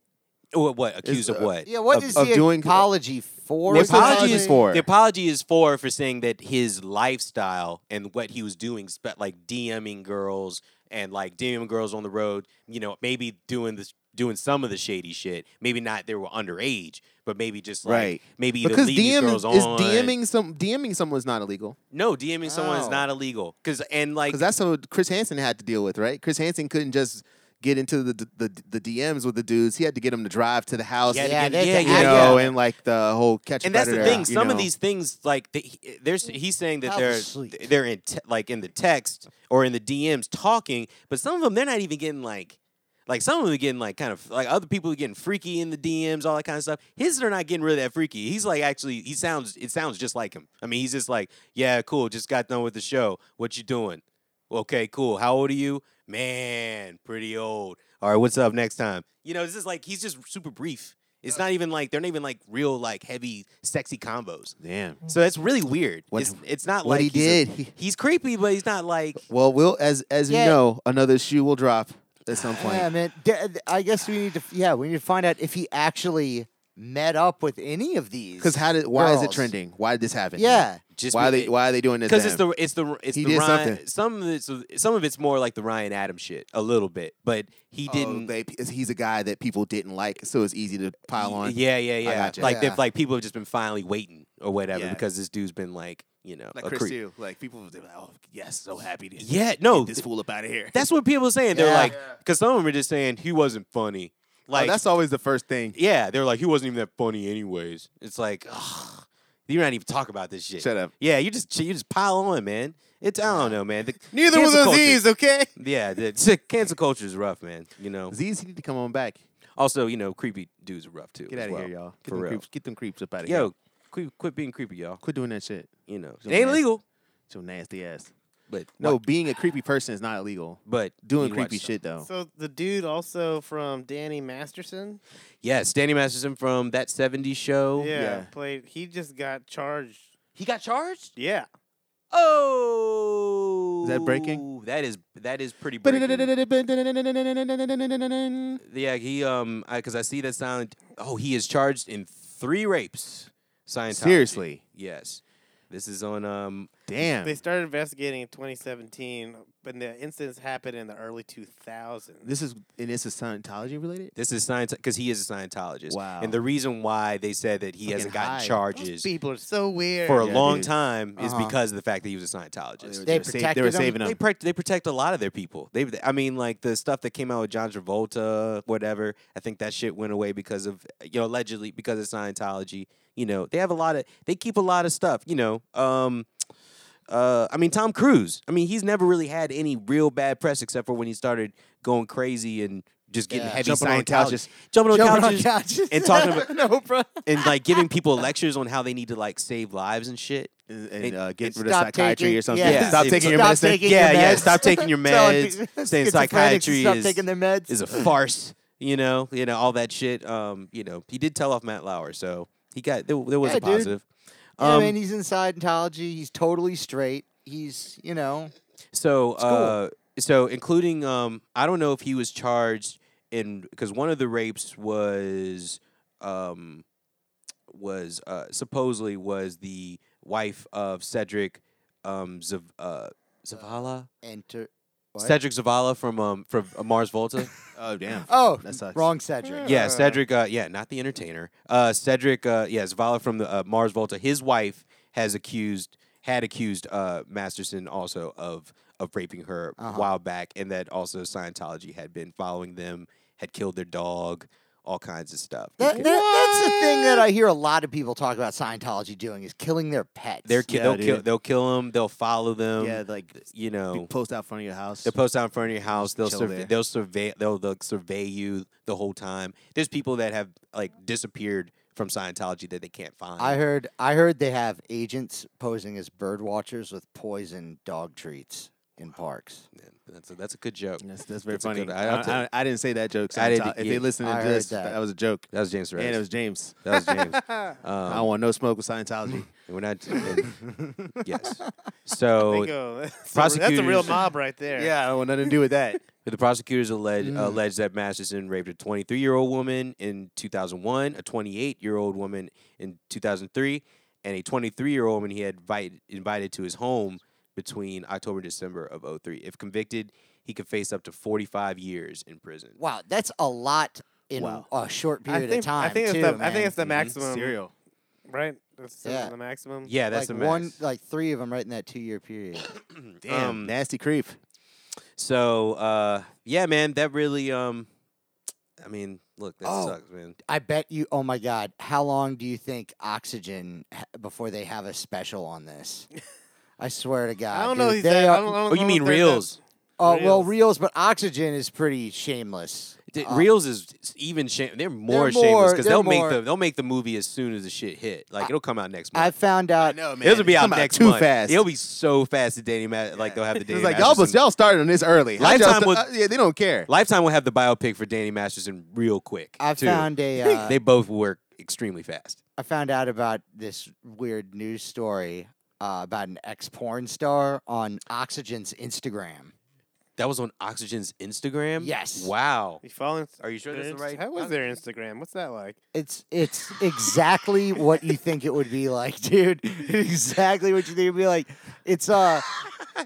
Speaker 1: what, what accused
Speaker 6: Is,
Speaker 1: of
Speaker 6: uh,
Speaker 1: what?
Speaker 4: yeah, what
Speaker 1: Of-
Speaker 4: is
Speaker 6: of
Speaker 4: the
Speaker 6: doing-
Speaker 4: apology for?
Speaker 1: the
Speaker 6: What's the
Speaker 1: apology
Speaker 6: apology
Speaker 1: is
Speaker 6: for?
Speaker 1: The apology is for for saying that his lifestyle and what he was doing, spe- like DMing girls and like DMing girls on the road, you know, maybe doing this, doing some of the shady shit. Maybe not they were underage, but maybe just like
Speaker 6: Right.
Speaker 1: maybe either
Speaker 6: Because
Speaker 1: leading
Speaker 6: DM
Speaker 1: girls
Speaker 6: is
Speaker 1: on.
Speaker 6: DMing some DMing someone's not illegal
Speaker 1: No, DMing someone is
Speaker 4: Oh.
Speaker 1: not illegal because and like
Speaker 6: because that's what Chris Hansen had to deal with, right? Chris Hansen couldn't just get into the the, the DMs with the dudes. He had to get them to drive to the house,
Speaker 1: Yeah,
Speaker 6: and,
Speaker 4: yeah,
Speaker 1: you
Speaker 4: they-
Speaker 1: yeah,
Speaker 6: you
Speaker 1: yeah,
Speaker 6: know,
Speaker 1: yeah.
Speaker 6: and like the whole catch. a
Speaker 1: and that's the
Speaker 6: predator,
Speaker 1: thing.
Speaker 6: you
Speaker 1: Some of
Speaker 6: know.
Speaker 1: these things, like they, he- there's, he's saying that
Speaker 4: How
Speaker 1: they're
Speaker 4: sweet.
Speaker 1: they're in te- like in the text or in the DMs talking, but some of them they're not even getting like. Like some of them are getting like kind of like other people are getting freaky in the DMs, all that kind of stuff. His are not getting really that freaky. He's like actually he sounds it sounds just like him. I mean he's just like yeah cool just got done with the show. What you doing? Okay cool. How old are you? Man, pretty old. All right, what's up next time? You know it's just like he's just super brief. It's not even like they're not even like real like heavy sexy combos.
Speaker 6: Damn.
Speaker 1: So that's really weird.
Speaker 6: What-
Speaker 1: it's, it's not like
Speaker 6: what he
Speaker 1: he's a-
Speaker 6: did, he-
Speaker 1: he's creepy, but he's not like
Speaker 6: Well, we'll as as
Speaker 4: Yeah.
Speaker 6: you know, another shoe will drop at some point.
Speaker 4: Yeah, man. D- d- I guess we need to. Yeah, we need to find out if he actually met up with any of these.
Speaker 6: Because how did? Why is it
Speaker 4: girls.
Speaker 6: trending? Why did this happen?
Speaker 4: Yeah.
Speaker 1: just
Speaker 6: Why are
Speaker 1: be-
Speaker 6: they? Why are they doing this?
Speaker 1: because it's
Speaker 6: to
Speaker 1: the it's the it's
Speaker 6: He
Speaker 1: the
Speaker 6: did
Speaker 1: Ryan,
Speaker 6: something.
Speaker 1: some of it's some of it's more like the Ryan Adams shit a little bit, but he
Speaker 6: him?
Speaker 1: didn't.
Speaker 6: Oh, they, he's a guy that people didn't like, so it's easy to pile on.
Speaker 1: Yeah, yeah, yeah.
Speaker 6: gotcha.
Speaker 1: Like
Speaker 4: Yeah.
Speaker 1: they've like people have just been finally waiting or whatever
Speaker 6: Yeah.
Speaker 1: because this dude's been like you know
Speaker 6: like
Speaker 1: a
Speaker 6: Chris
Speaker 1: creep.
Speaker 6: too. Like people, they're like, "Oh, yes, so happy to
Speaker 1: Yeah, no,
Speaker 6: get this fool up out of here."
Speaker 1: that's what people are saying. They're
Speaker 4: Yeah.
Speaker 1: like because some of them are just saying he wasn't funny.
Speaker 6: Oh,
Speaker 1: Like
Speaker 6: that's always the first thing.
Speaker 1: yeah, they're like he wasn't even that funny anyways. It's like ugh, you're not even talking about this shit.
Speaker 6: Shut up.
Speaker 1: Yeah, you just you just pile on, man. It's I don't know, man. The
Speaker 2: Neither
Speaker 1: cancel
Speaker 2: was those
Speaker 1: culture-
Speaker 2: these, okay?
Speaker 1: Yeah, the cancel culture is rough, man. You know.
Speaker 6: Z's he need to come on back.
Speaker 1: Also, you know, creepy dudes are rough too.
Speaker 6: Get
Speaker 1: as
Speaker 6: out of
Speaker 1: well,
Speaker 6: here, y'all. Get
Speaker 1: For
Speaker 6: them
Speaker 1: real.
Speaker 6: creeps. Get them creeps up out of here.
Speaker 1: Yo, quit, quit being creepy, y'all.
Speaker 6: quit doing that shit.
Speaker 1: You know, it
Speaker 6: Don't
Speaker 1: ain't
Speaker 6: ask.
Speaker 1: illegal,
Speaker 6: It's your nasty ass.
Speaker 1: but
Speaker 6: No,
Speaker 1: wa-
Speaker 6: being a creepy person is not illegal.
Speaker 1: but
Speaker 6: Doing
Speaker 1: you watch
Speaker 6: creepy
Speaker 1: some.
Speaker 6: shit though.
Speaker 2: So the dude also from Danny Masterson.
Speaker 1: Yes, Danny Masterson from that '70s show.
Speaker 2: Yeah,
Speaker 6: yeah.
Speaker 2: played. He just got charged.
Speaker 1: he got charged.
Speaker 2: Yeah,
Speaker 1: Oh,
Speaker 6: Is that breaking?
Speaker 1: That is that is pretty breaking.
Speaker 6: Damn.
Speaker 1: Yeah, he um, because I, see that silent. Oh, he is charged in three rapes. Scientology.
Speaker 6: Seriously?
Speaker 1: Yes. This is on um.
Speaker 2: they started investigating in 2017, but the incidents happened in the early 2000s.
Speaker 6: This is and this is Scientology related.
Speaker 1: This is science because he is a Scientologist.
Speaker 6: Wow.
Speaker 1: And the reason why they said that he hasn't gotten
Speaker 6: high.
Speaker 2: Those
Speaker 1: charges
Speaker 2: people are so weird.
Speaker 1: for a
Speaker 6: Yeah,
Speaker 1: long
Speaker 6: dude.
Speaker 1: time is
Speaker 4: Uh-huh.
Speaker 1: because of the fact that he was a Scientologist.
Speaker 4: They
Speaker 6: were sa-
Speaker 4: protected
Speaker 6: they were
Speaker 4: them?
Speaker 6: saving
Speaker 1: They
Speaker 6: them.
Speaker 1: protect they protect a lot of their people. They I mean like the stuff that came out with John Travolta, whatever. I think that shit went away because of you know allegedly because of Scientology. You know they have a lot of they keep a lot of stuff. You know, um, uh, I mean Tom Cruise. I mean he's never really had any real bad press except for when he started going crazy and just getting
Speaker 4: Yeah.
Speaker 1: heavy
Speaker 6: Jumping on
Speaker 1: Scientology,
Speaker 6: couches.
Speaker 1: jumping on
Speaker 4: Jumping on
Speaker 1: couches,
Speaker 4: couches.
Speaker 1: and talking about
Speaker 4: no, bro.
Speaker 1: and like giving people lectures on how they need to like save lives and shit.
Speaker 6: And,
Speaker 1: It-
Speaker 6: and uh,
Speaker 1: it
Speaker 6: get rid of
Speaker 4: stop
Speaker 6: psychiatry
Speaker 4: taking-
Speaker 6: or something.
Speaker 1: yeah.
Speaker 6: Stop
Speaker 1: It-
Speaker 6: taking your
Speaker 4: stop
Speaker 6: medicine.
Speaker 4: taking-
Speaker 1: yeah,
Speaker 4: your
Speaker 1: yeah.
Speaker 4: meds.
Speaker 1: Stop taking your
Speaker 4: Telling
Speaker 1: meds.
Speaker 4: people-
Speaker 1: Saying
Speaker 4: schizophrenics to
Speaker 1: psychiatry
Speaker 4: stop
Speaker 1: is,
Speaker 4: taking their meds.
Speaker 1: is a farce. You know, you know all that shit. Um, you know, he did tell off Matt Lauer, so he got there, there was
Speaker 4: Yeah,
Speaker 1: a
Speaker 4: dude.
Speaker 1: positive.
Speaker 4: Yeah, I
Speaker 1: Um,
Speaker 4: mean, he's in Scientology. He's totally straight. He's, you know,
Speaker 1: so, uh, so including, um, I don't know if he was charged in because one of the rapes was, um, was uh, supposedly was the wife of Cedric, um, Zav- uh, Zavala,
Speaker 4: enter. what?
Speaker 1: Cedric Zavala from um from uh, Mars Volta.
Speaker 6: Oh damn.
Speaker 4: Oh,
Speaker 6: That sucks.
Speaker 4: wrong Cedric.
Speaker 1: Yeah,
Speaker 2: Uh,
Speaker 1: Cedric. Uh, yeah, not the entertainer. Uh, Cedric. Uh, yeah, Zavala from the uh, Mars Volta. His wife has accused, had accused uh, Masterson also of of raping her a
Speaker 4: Uh-huh.
Speaker 1: while back, and that also Scientology had been following them, had killed their dog, all kinds of stuff.
Speaker 4: That, that,
Speaker 1: because
Speaker 4: that's the thing that I hear a lot of people talk about Scientology doing is killing their pets.
Speaker 1: they're ki-
Speaker 6: Yeah,
Speaker 1: they'll kill
Speaker 6: dude.
Speaker 1: they'll kill them. They'll follow them.
Speaker 6: yeah, like
Speaker 1: you
Speaker 6: big
Speaker 1: know.
Speaker 6: Um, post out front of your house.
Speaker 1: They'll post out in front of your house. They'll
Speaker 6: Chill
Speaker 1: survey.
Speaker 6: there.
Speaker 1: They'll survey. They'll, they'll survey you the whole time. There's people that have like disappeared from Scientology that they can't find.
Speaker 4: I heard I heard they have agents posing as bird watchers with poison dog treats in parks.
Speaker 1: Yeah, That's a, that's a good joke.
Speaker 6: That's, that's very
Speaker 1: That's a
Speaker 6: funny.
Speaker 1: good- I- I'll
Speaker 6: I,
Speaker 1: tell
Speaker 6: I,
Speaker 1: you.
Speaker 6: I didn't say that joke. So
Speaker 1: I
Speaker 6: I
Speaker 1: didn't-
Speaker 6: didn't, if
Speaker 1: yeah.
Speaker 6: they listen to
Speaker 4: I heard
Speaker 6: this,
Speaker 4: that.
Speaker 6: that. was a joke.
Speaker 1: That was James Rhodes.
Speaker 6: And it was James.
Speaker 1: that was James.
Speaker 6: I don't
Speaker 1: Um,
Speaker 6: want no smoke with Scientology.
Speaker 1: we're not. and- yes. So
Speaker 2: Bingo. That's a, that's a real
Speaker 1: prosecutors-
Speaker 2: mob right there.
Speaker 6: yeah, I don't want nothing to do with that.
Speaker 1: The prosecutors allege,
Speaker 6: Mm.
Speaker 1: alleged that Masterson raped a 23 year old woman in 2001, a 28 year old woman in 2003, and a 23 year old woman he had invite, invited to his home between October and December of 03. If convicted, he could face up to 45 years in prison.
Speaker 4: Wow, that's a lot in
Speaker 6: Wow.
Speaker 4: a short
Speaker 2: I
Speaker 4: period
Speaker 2: think,
Speaker 4: of time.
Speaker 2: I think it's
Speaker 4: too,
Speaker 2: the I
Speaker 4: man.
Speaker 2: think it's the maximum.
Speaker 6: Cereal.
Speaker 2: Right? That's the-
Speaker 4: Yeah.
Speaker 2: the maximum.
Speaker 1: Yeah, that's
Speaker 4: like
Speaker 1: the max.
Speaker 4: one, like three of them right in that two-year period.
Speaker 6: Damn,
Speaker 1: Um,
Speaker 6: nasty creep.
Speaker 1: So, uh, yeah, man, that really, um, I mean, look, that
Speaker 4: Oh.
Speaker 1: sucks, man.
Speaker 4: I bet you. Oh my God, how long do you think Oxygen ha- before they have a special on this? I swear to God,
Speaker 2: I don't know.
Speaker 4: dude,
Speaker 2: He's
Speaker 4: they
Speaker 2: that,
Speaker 4: are,
Speaker 2: I don't, I don't,
Speaker 1: Oh,
Speaker 2: I
Speaker 1: you
Speaker 2: don't
Speaker 1: mean
Speaker 2: know if they're that-
Speaker 1: reels?
Speaker 4: Oh well,
Speaker 2: Reels.
Speaker 4: reels, but oxygen is pretty shameless.
Speaker 1: Th-
Speaker 4: Uh,
Speaker 1: Reels is even shame. They're more, shameless
Speaker 4: more-
Speaker 1: because
Speaker 4: they're
Speaker 1: they'll make
Speaker 4: more-
Speaker 1: the they'll make the movie as soon as the shit hit. Like it'll come out next month.
Speaker 4: I found out.
Speaker 6: No, man.
Speaker 1: This will be
Speaker 6: it's
Speaker 1: out
Speaker 6: come
Speaker 1: next
Speaker 6: too
Speaker 1: month.
Speaker 6: fast.
Speaker 1: It'll be so fast that Danny Ma- like they'll have the Danny
Speaker 6: It's like y'all, but
Speaker 1: Masterson-
Speaker 6: y'all started on this early. How'd y'all
Speaker 1: Lifetime
Speaker 6: st-
Speaker 1: was-
Speaker 6: uh, yeah, they don't care.
Speaker 1: Lifetime will have the biopic for Danny Masterson real quick.
Speaker 4: I
Speaker 1: too.
Speaker 4: found a. Uh,
Speaker 1: they both work extremely fast.
Speaker 4: I found out about this weird news story uh, about an ex porn star on Oxygen's Instagram.
Speaker 1: That was on Oxygen's Instagram.
Speaker 4: Yes.
Speaker 1: Wow.
Speaker 2: You following?
Speaker 1: Are you sure
Speaker 2: their
Speaker 1: that's the
Speaker 2: Inst-
Speaker 1: right-
Speaker 2: How was their Instagram? What's that like?
Speaker 4: It's it's exactly what you think it would be like, dude. exactly what you think it would be like. It's uh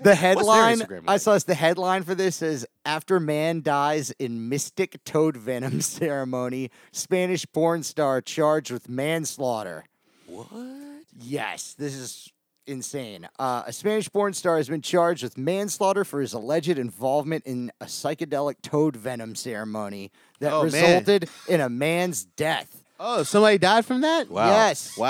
Speaker 4: the headline.
Speaker 1: Instagram
Speaker 4: I
Speaker 1: like?
Speaker 4: saw this. The headline for this is after man dies in mystic toad venom ceremony, Spanish porn star charged with manslaughter.
Speaker 1: What?
Speaker 4: Yes, this is insane. Uh, a Spanish porn star has been charged with manslaughter for his alleged involvement in a psychedelic toad venom ceremony that
Speaker 6: Oh, man.
Speaker 4: resulted in a man's death.
Speaker 6: Oh, somebody died from that?
Speaker 1: Wow.
Speaker 4: Yes.
Speaker 6: Wow.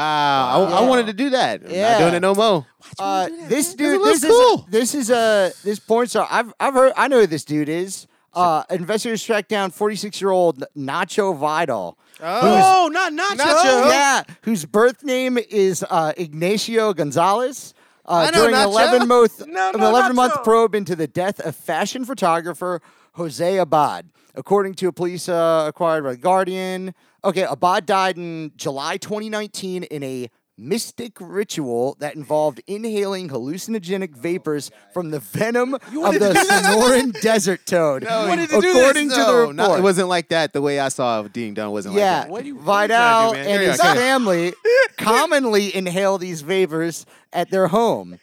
Speaker 6: I, I
Speaker 4: Yeah.
Speaker 6: wanted to do that. I'm
Speaker 4: Yeah.
Speaker 6: not doing it no more.
Speaker 4: Uh, this dude,
Speaker 6: looks
Speaker 4: this is
Speaker 6: cool.
Speaker 4: a, this is a this porn star. I've I've heard. I know who this dude is. Uh, investigators tracked down 46 year old Nacho Vidal.
Speaker 1: Oh, not Nacho. Oh.
Speaker 4: Yeah, whose birth name is uh, Ignacio Gonzalez. Uh,
Speaker 6: I know
Speaker 4: during an
Speaker 6: Nacho.
Speaker 4: 11 month,
Speaker 1: No,
Speaker 4: an
Speaker 1: no,
Speaker 4: 11 month
Speaker 1: Nacho.
Speaker 4: probe into the death of fashion photographer Jose Abad, according to a police uh, acquired by The Guardian. Okay, Abad died in July 2019 in a mystic ritual that involved inhaling hallucinogenic vapors from the venom of the Sonoran desert toad. Oh, according to the report,
Speaker 6: No, it wasn't like that. The way I saw it being done wasn't
Speaker 4: yeah,
Speaker 6: like that.
Speaker 4: Vidal
Speaker 6: man?
Speaker 4: and
Speaker 6: Carry
Speaker 4: his
Speaker 6: on, carry
Speaker 4: family commonly inhale these vapors at their home.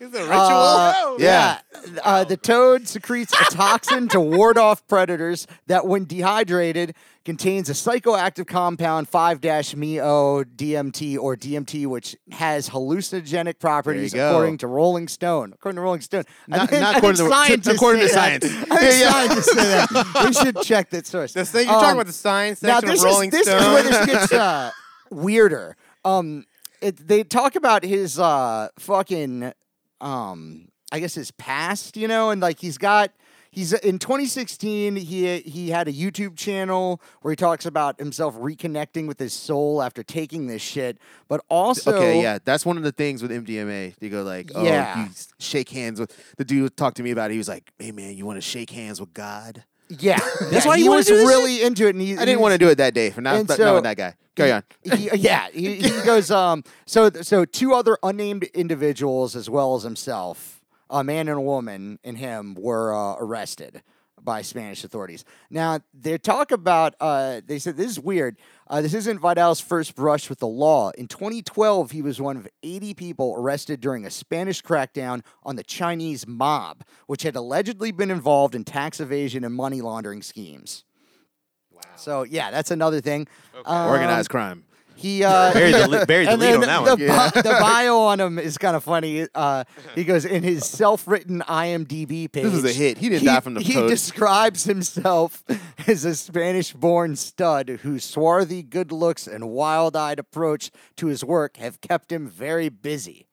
Speaker 2: It's a ritual.
Speaker 4: Uh,
Speaker 6: Yeah.
Speaker 4: yeah. Uh, the toad secretes a toxin to ward off predators that, when dehydrated, contains a psychoactive compound 5-MeO DMT or DMT, which has hallucinogenic properties
Speaker 6: go.
Speaker 4: according to Rolling Stone. According to Rolling Stone, I
Speaker 6: Not-
Speaker 4: think-
Speaker 6: not
Speaker 4: I
Speaker 6: according
Speaker 4: think
Speaker 6: to-
Speaker 4: scientists
Speaker 6: according to
Speaker 4: say that.
Speaker 6: science.
Speaker 4: I think scientists say that. We should check that source.
Speaker 2: The thing you're talking
Speaker 4: Um,
Speaker 2: about the science
Speaker 4: now
Speaker 2: section
Speaker 4: this
Speaker 2: of Rolling
Speaker 4: is this
Speaker 2: Stone.
Speaker 4: is where this gets uh, weirder. Um, it, they talk about his uh, fucking, um, I guess his past, you know, and like he's got. He's in 2016. He he had a YouTube channel where he talks about himself reconnecting with his soul after taking this shit, but also
Speaker 6: okay, yeah, that's one of the things with MDMA. You go like, oh,
Speaker 4: Yeah.
Speaker 6: you s- shake hands with the dude. Talked to me about it. He was like, hey man, you want to shake hands with God?
Speaker 4: yeah.
Speaker 1: That's
Speaker 4: Yeah,
Speaker 1: why
Speaker 4: he
Speaker 1: you wanna
Speaker 4: was
Speaker 1: do this
Speaker 4: really into it. And he,
Speaker 6: I didn't want to do it that day for not,
Speaker 4: And
Speaker 6: but
Speaker 4: so-
Speaker 6: not with that guy. Carry on.
Speaker 4: he, uh, yeah, he, he goes. Um, so so two other unnamed individuals, as well as himself, a man and a woman, and him were uh, arrested by Spanish authorities. Now they talk about. Uh, they said this is weird. Uh, this isn't Vidal's first brush with the law. In 2012, he was one of 80 people arrested during a Spanish crackdown on the Chinese mob, which had allegedly been involved in tax evasion and money laundering schemes. Wow. So yeah, that's another thing. Um,
Speaker 6: Organized crime.
Speaker 4: He uh,
Speaker 1: Bury the li- bury the
Speaker 4: and
Speaker 1: lead on
Speaker 4: then
Speaker 1: that
Speaker 4: the
Speaker 1: one.
Speaker 4: bi- the bio on him is kind of funny. Uh, he goes in his self-written IMDb page.
Speaker 6: This is a hit. He didn't die from the
Speaker 4: He
Speaker 6: post.
Speaker 4: describes himself as a Spanish-born stud whose swarthy good looks and wild-eyed approach to his work have kept him very busy.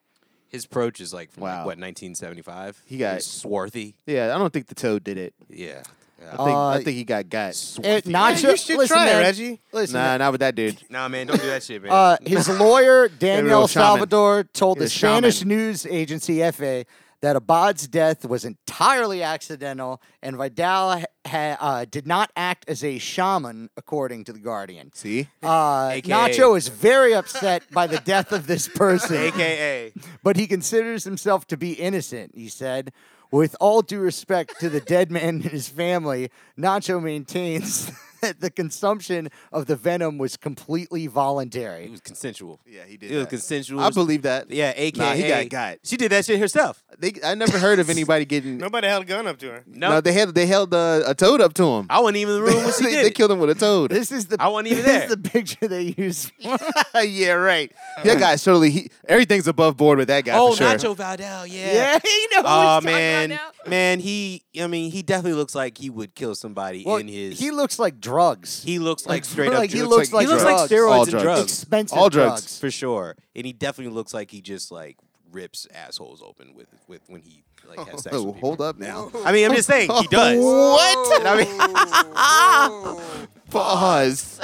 Speaker 1: His approach is like from like,
Speaker 6: Wow.
Speaker 1: what 1975.
Speaker 6: He got-
Speaker 1: He's swarthy.
Speaker 6: Yeah, I don't think the toad did it.
Speaker 1: Yeah.
Speaker 6: I
Speaker 1: Yeah.
Speaker 6: think, I
Speaker 4: Uh,
Speaker 6: think he got got.
Speaker 4: Eh, Nacho,
Speaker 2: you should
Speaker 4: listen,
Speaker 2: try it,
Speaker 4: man.
Speaker 2: Reggie.
Speaker 4: Listen,
Speaker 6: Nah, not with that dude.
Speaker 1: Nah, man, don't do that shit, man.
Speaker 4: Uh, his lawyer,
Speaker 6: real
Speaker 4: Daniel
Speaker 6: shaman.
Speaker 4: Salvador, told
Speaker 6: He's
Speaker 4: the
Speaker 6: a shaman.
Speaker 4: Spanish news agency EFE that Abad's death was entirely accidental and Vidal ha- ha- uh, did not act as a shaman, according to The Guardian.
Speaker 6: See,
Speaker 4: Uh,
Speaker 1: AKA.
Speaker 4: Nacho is very upset by the death of this person
Speaker 1: AKA.
Speaker 4: but he considers himself to be innocent, he said. With all due respect to the dead man and his family, Nacho maintains that the consumption of the venom was completely
Speaker 1: It
Speaker 4: voluntary.
Speaker 1: was consensual.
Speaker 6: Yeah, he did
Speaker 1: It was
Speaker 6: that.
Speaker 1: consensual.
Speaker 6: I believe that.
Speaker 1: Yeah, AKA.
Speaker 6: Nah, he got got.
Speaker 1: She did that shit herself.
Speaker 6: They, I never heard of anybody getting. no,
Speaker 2: Nobody held a gun up to her.
Speaker 1: No,
Speaker 6: they had they held uh, a toad up to him.
Speaker 1: I wasn't even in the room when she
Speaker 6: they,
Speaker 1: did
Speaker 6: they
Speaker 1: it.
Speaker 6: killed him with a toad.
Speaker 4: This is the
Speaker 1: I wasn't even
Speaker 4: this
Speaker 1: there.
Speaker 4: is the picture they use.
Speaker 6: yeah, right. That guy's totally. He, everything's above board with that guy.
Speaker 1: Oh,
Speaker 6: for sure.
Speaker 1: Nacho Valdel, yeah.
Speaker 4: yeah, you know.
Speaker 1: Oh
Speaker 4: who he's talking about
Speaker 1: man,
Speaker 4: now.
Speaker 1: man, he. I mean, he definitely looks like he would kill somebody
Speaker 4: Well,
Speaker 1: in his.
Speaker 4: he looks like drugs.
Speaker 1: he looks like straight up.
Speaker 4: like he
Speaker 1: drugs.
Speaker 4: looks like
Speaker 1: he looks like
Speaker 4: drugs.
Speaker 1: steroids
Speaker 6: All
Speaker 1: and
Speaker 6: drugs.
Speaker 1: drugs
Speaker 4: expensive
Speaker 6: All drugs.
Speaker 1: for sure, and he definitely looks like he just like rips assholes open with with when he like has sex.
Speaker 6: Oh,
Speaker 1: with people.
Speaker 6: hold up now.
Speaker 1: I mean, I'm just saying he does.
Speaker 6: What?
Speaker 1: I mean,
Speaker 6: Pause.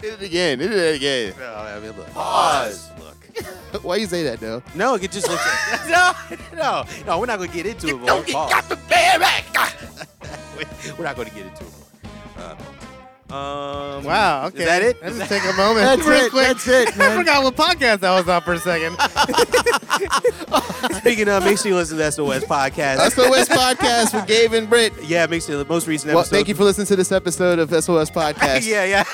Speaker 6: did it again. Did it again.
Speaker 1: No, I mean, look. Pause. Look.
Speaker 6: Why you say that though?
Speaker 1: No, it just looks. no, no, no. We're not gonna get into it. Don't got the back. we're not gonna get into it. Uh, um.
Speaker 2: Wow. Okay.
Speaker 1: Is that it?
Speaker 2: Let's just take a moment.
Speaker 4: That's
Speaker 2: real
Speaker 4: it.
Speaker 2: quick.
Speaker 4: That's it,
Speaker 2: I
Speaker 4: man.
Speaker 2: forgot what podcast I was on for a second.
Speaker 1: Speaking of, make sure you listen to That's the West podcast.
Speaker 6: SOS Podcast with Gabe and Britt.
Speaker 1: yeah, make sure the most recent
Speaker 6: Well,
Speaker 1: episode.
Speaker 6: thank you for listening to this episode of SOS Podcast.
Speaker 1: yeah, yeah.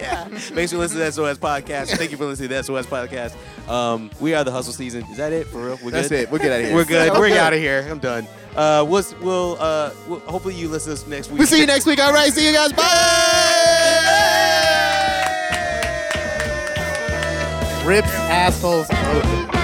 Speaker 1: yeah. Make sure you listen to SOS Podcast. Thank you for listening to SOS Podcast. Um, we are the hustle season. Is that it for real? We're
Speaker 6: That's
Speaker 1: good?
Speaker 6: it. We'll get out of here.
Speaker 1: We're good.
Speaker 4: Yeah,
Speaker 1: We're
Speaker 4: okay.
Speaker 1: out of here. I'm done. Uh, we'll, s- we'll, uh, we'll hopefully you listen to us next week.
Speaker 6: We'll see you next week. All right. See you guys. Bye.
Speaker 2: Rips assholes open.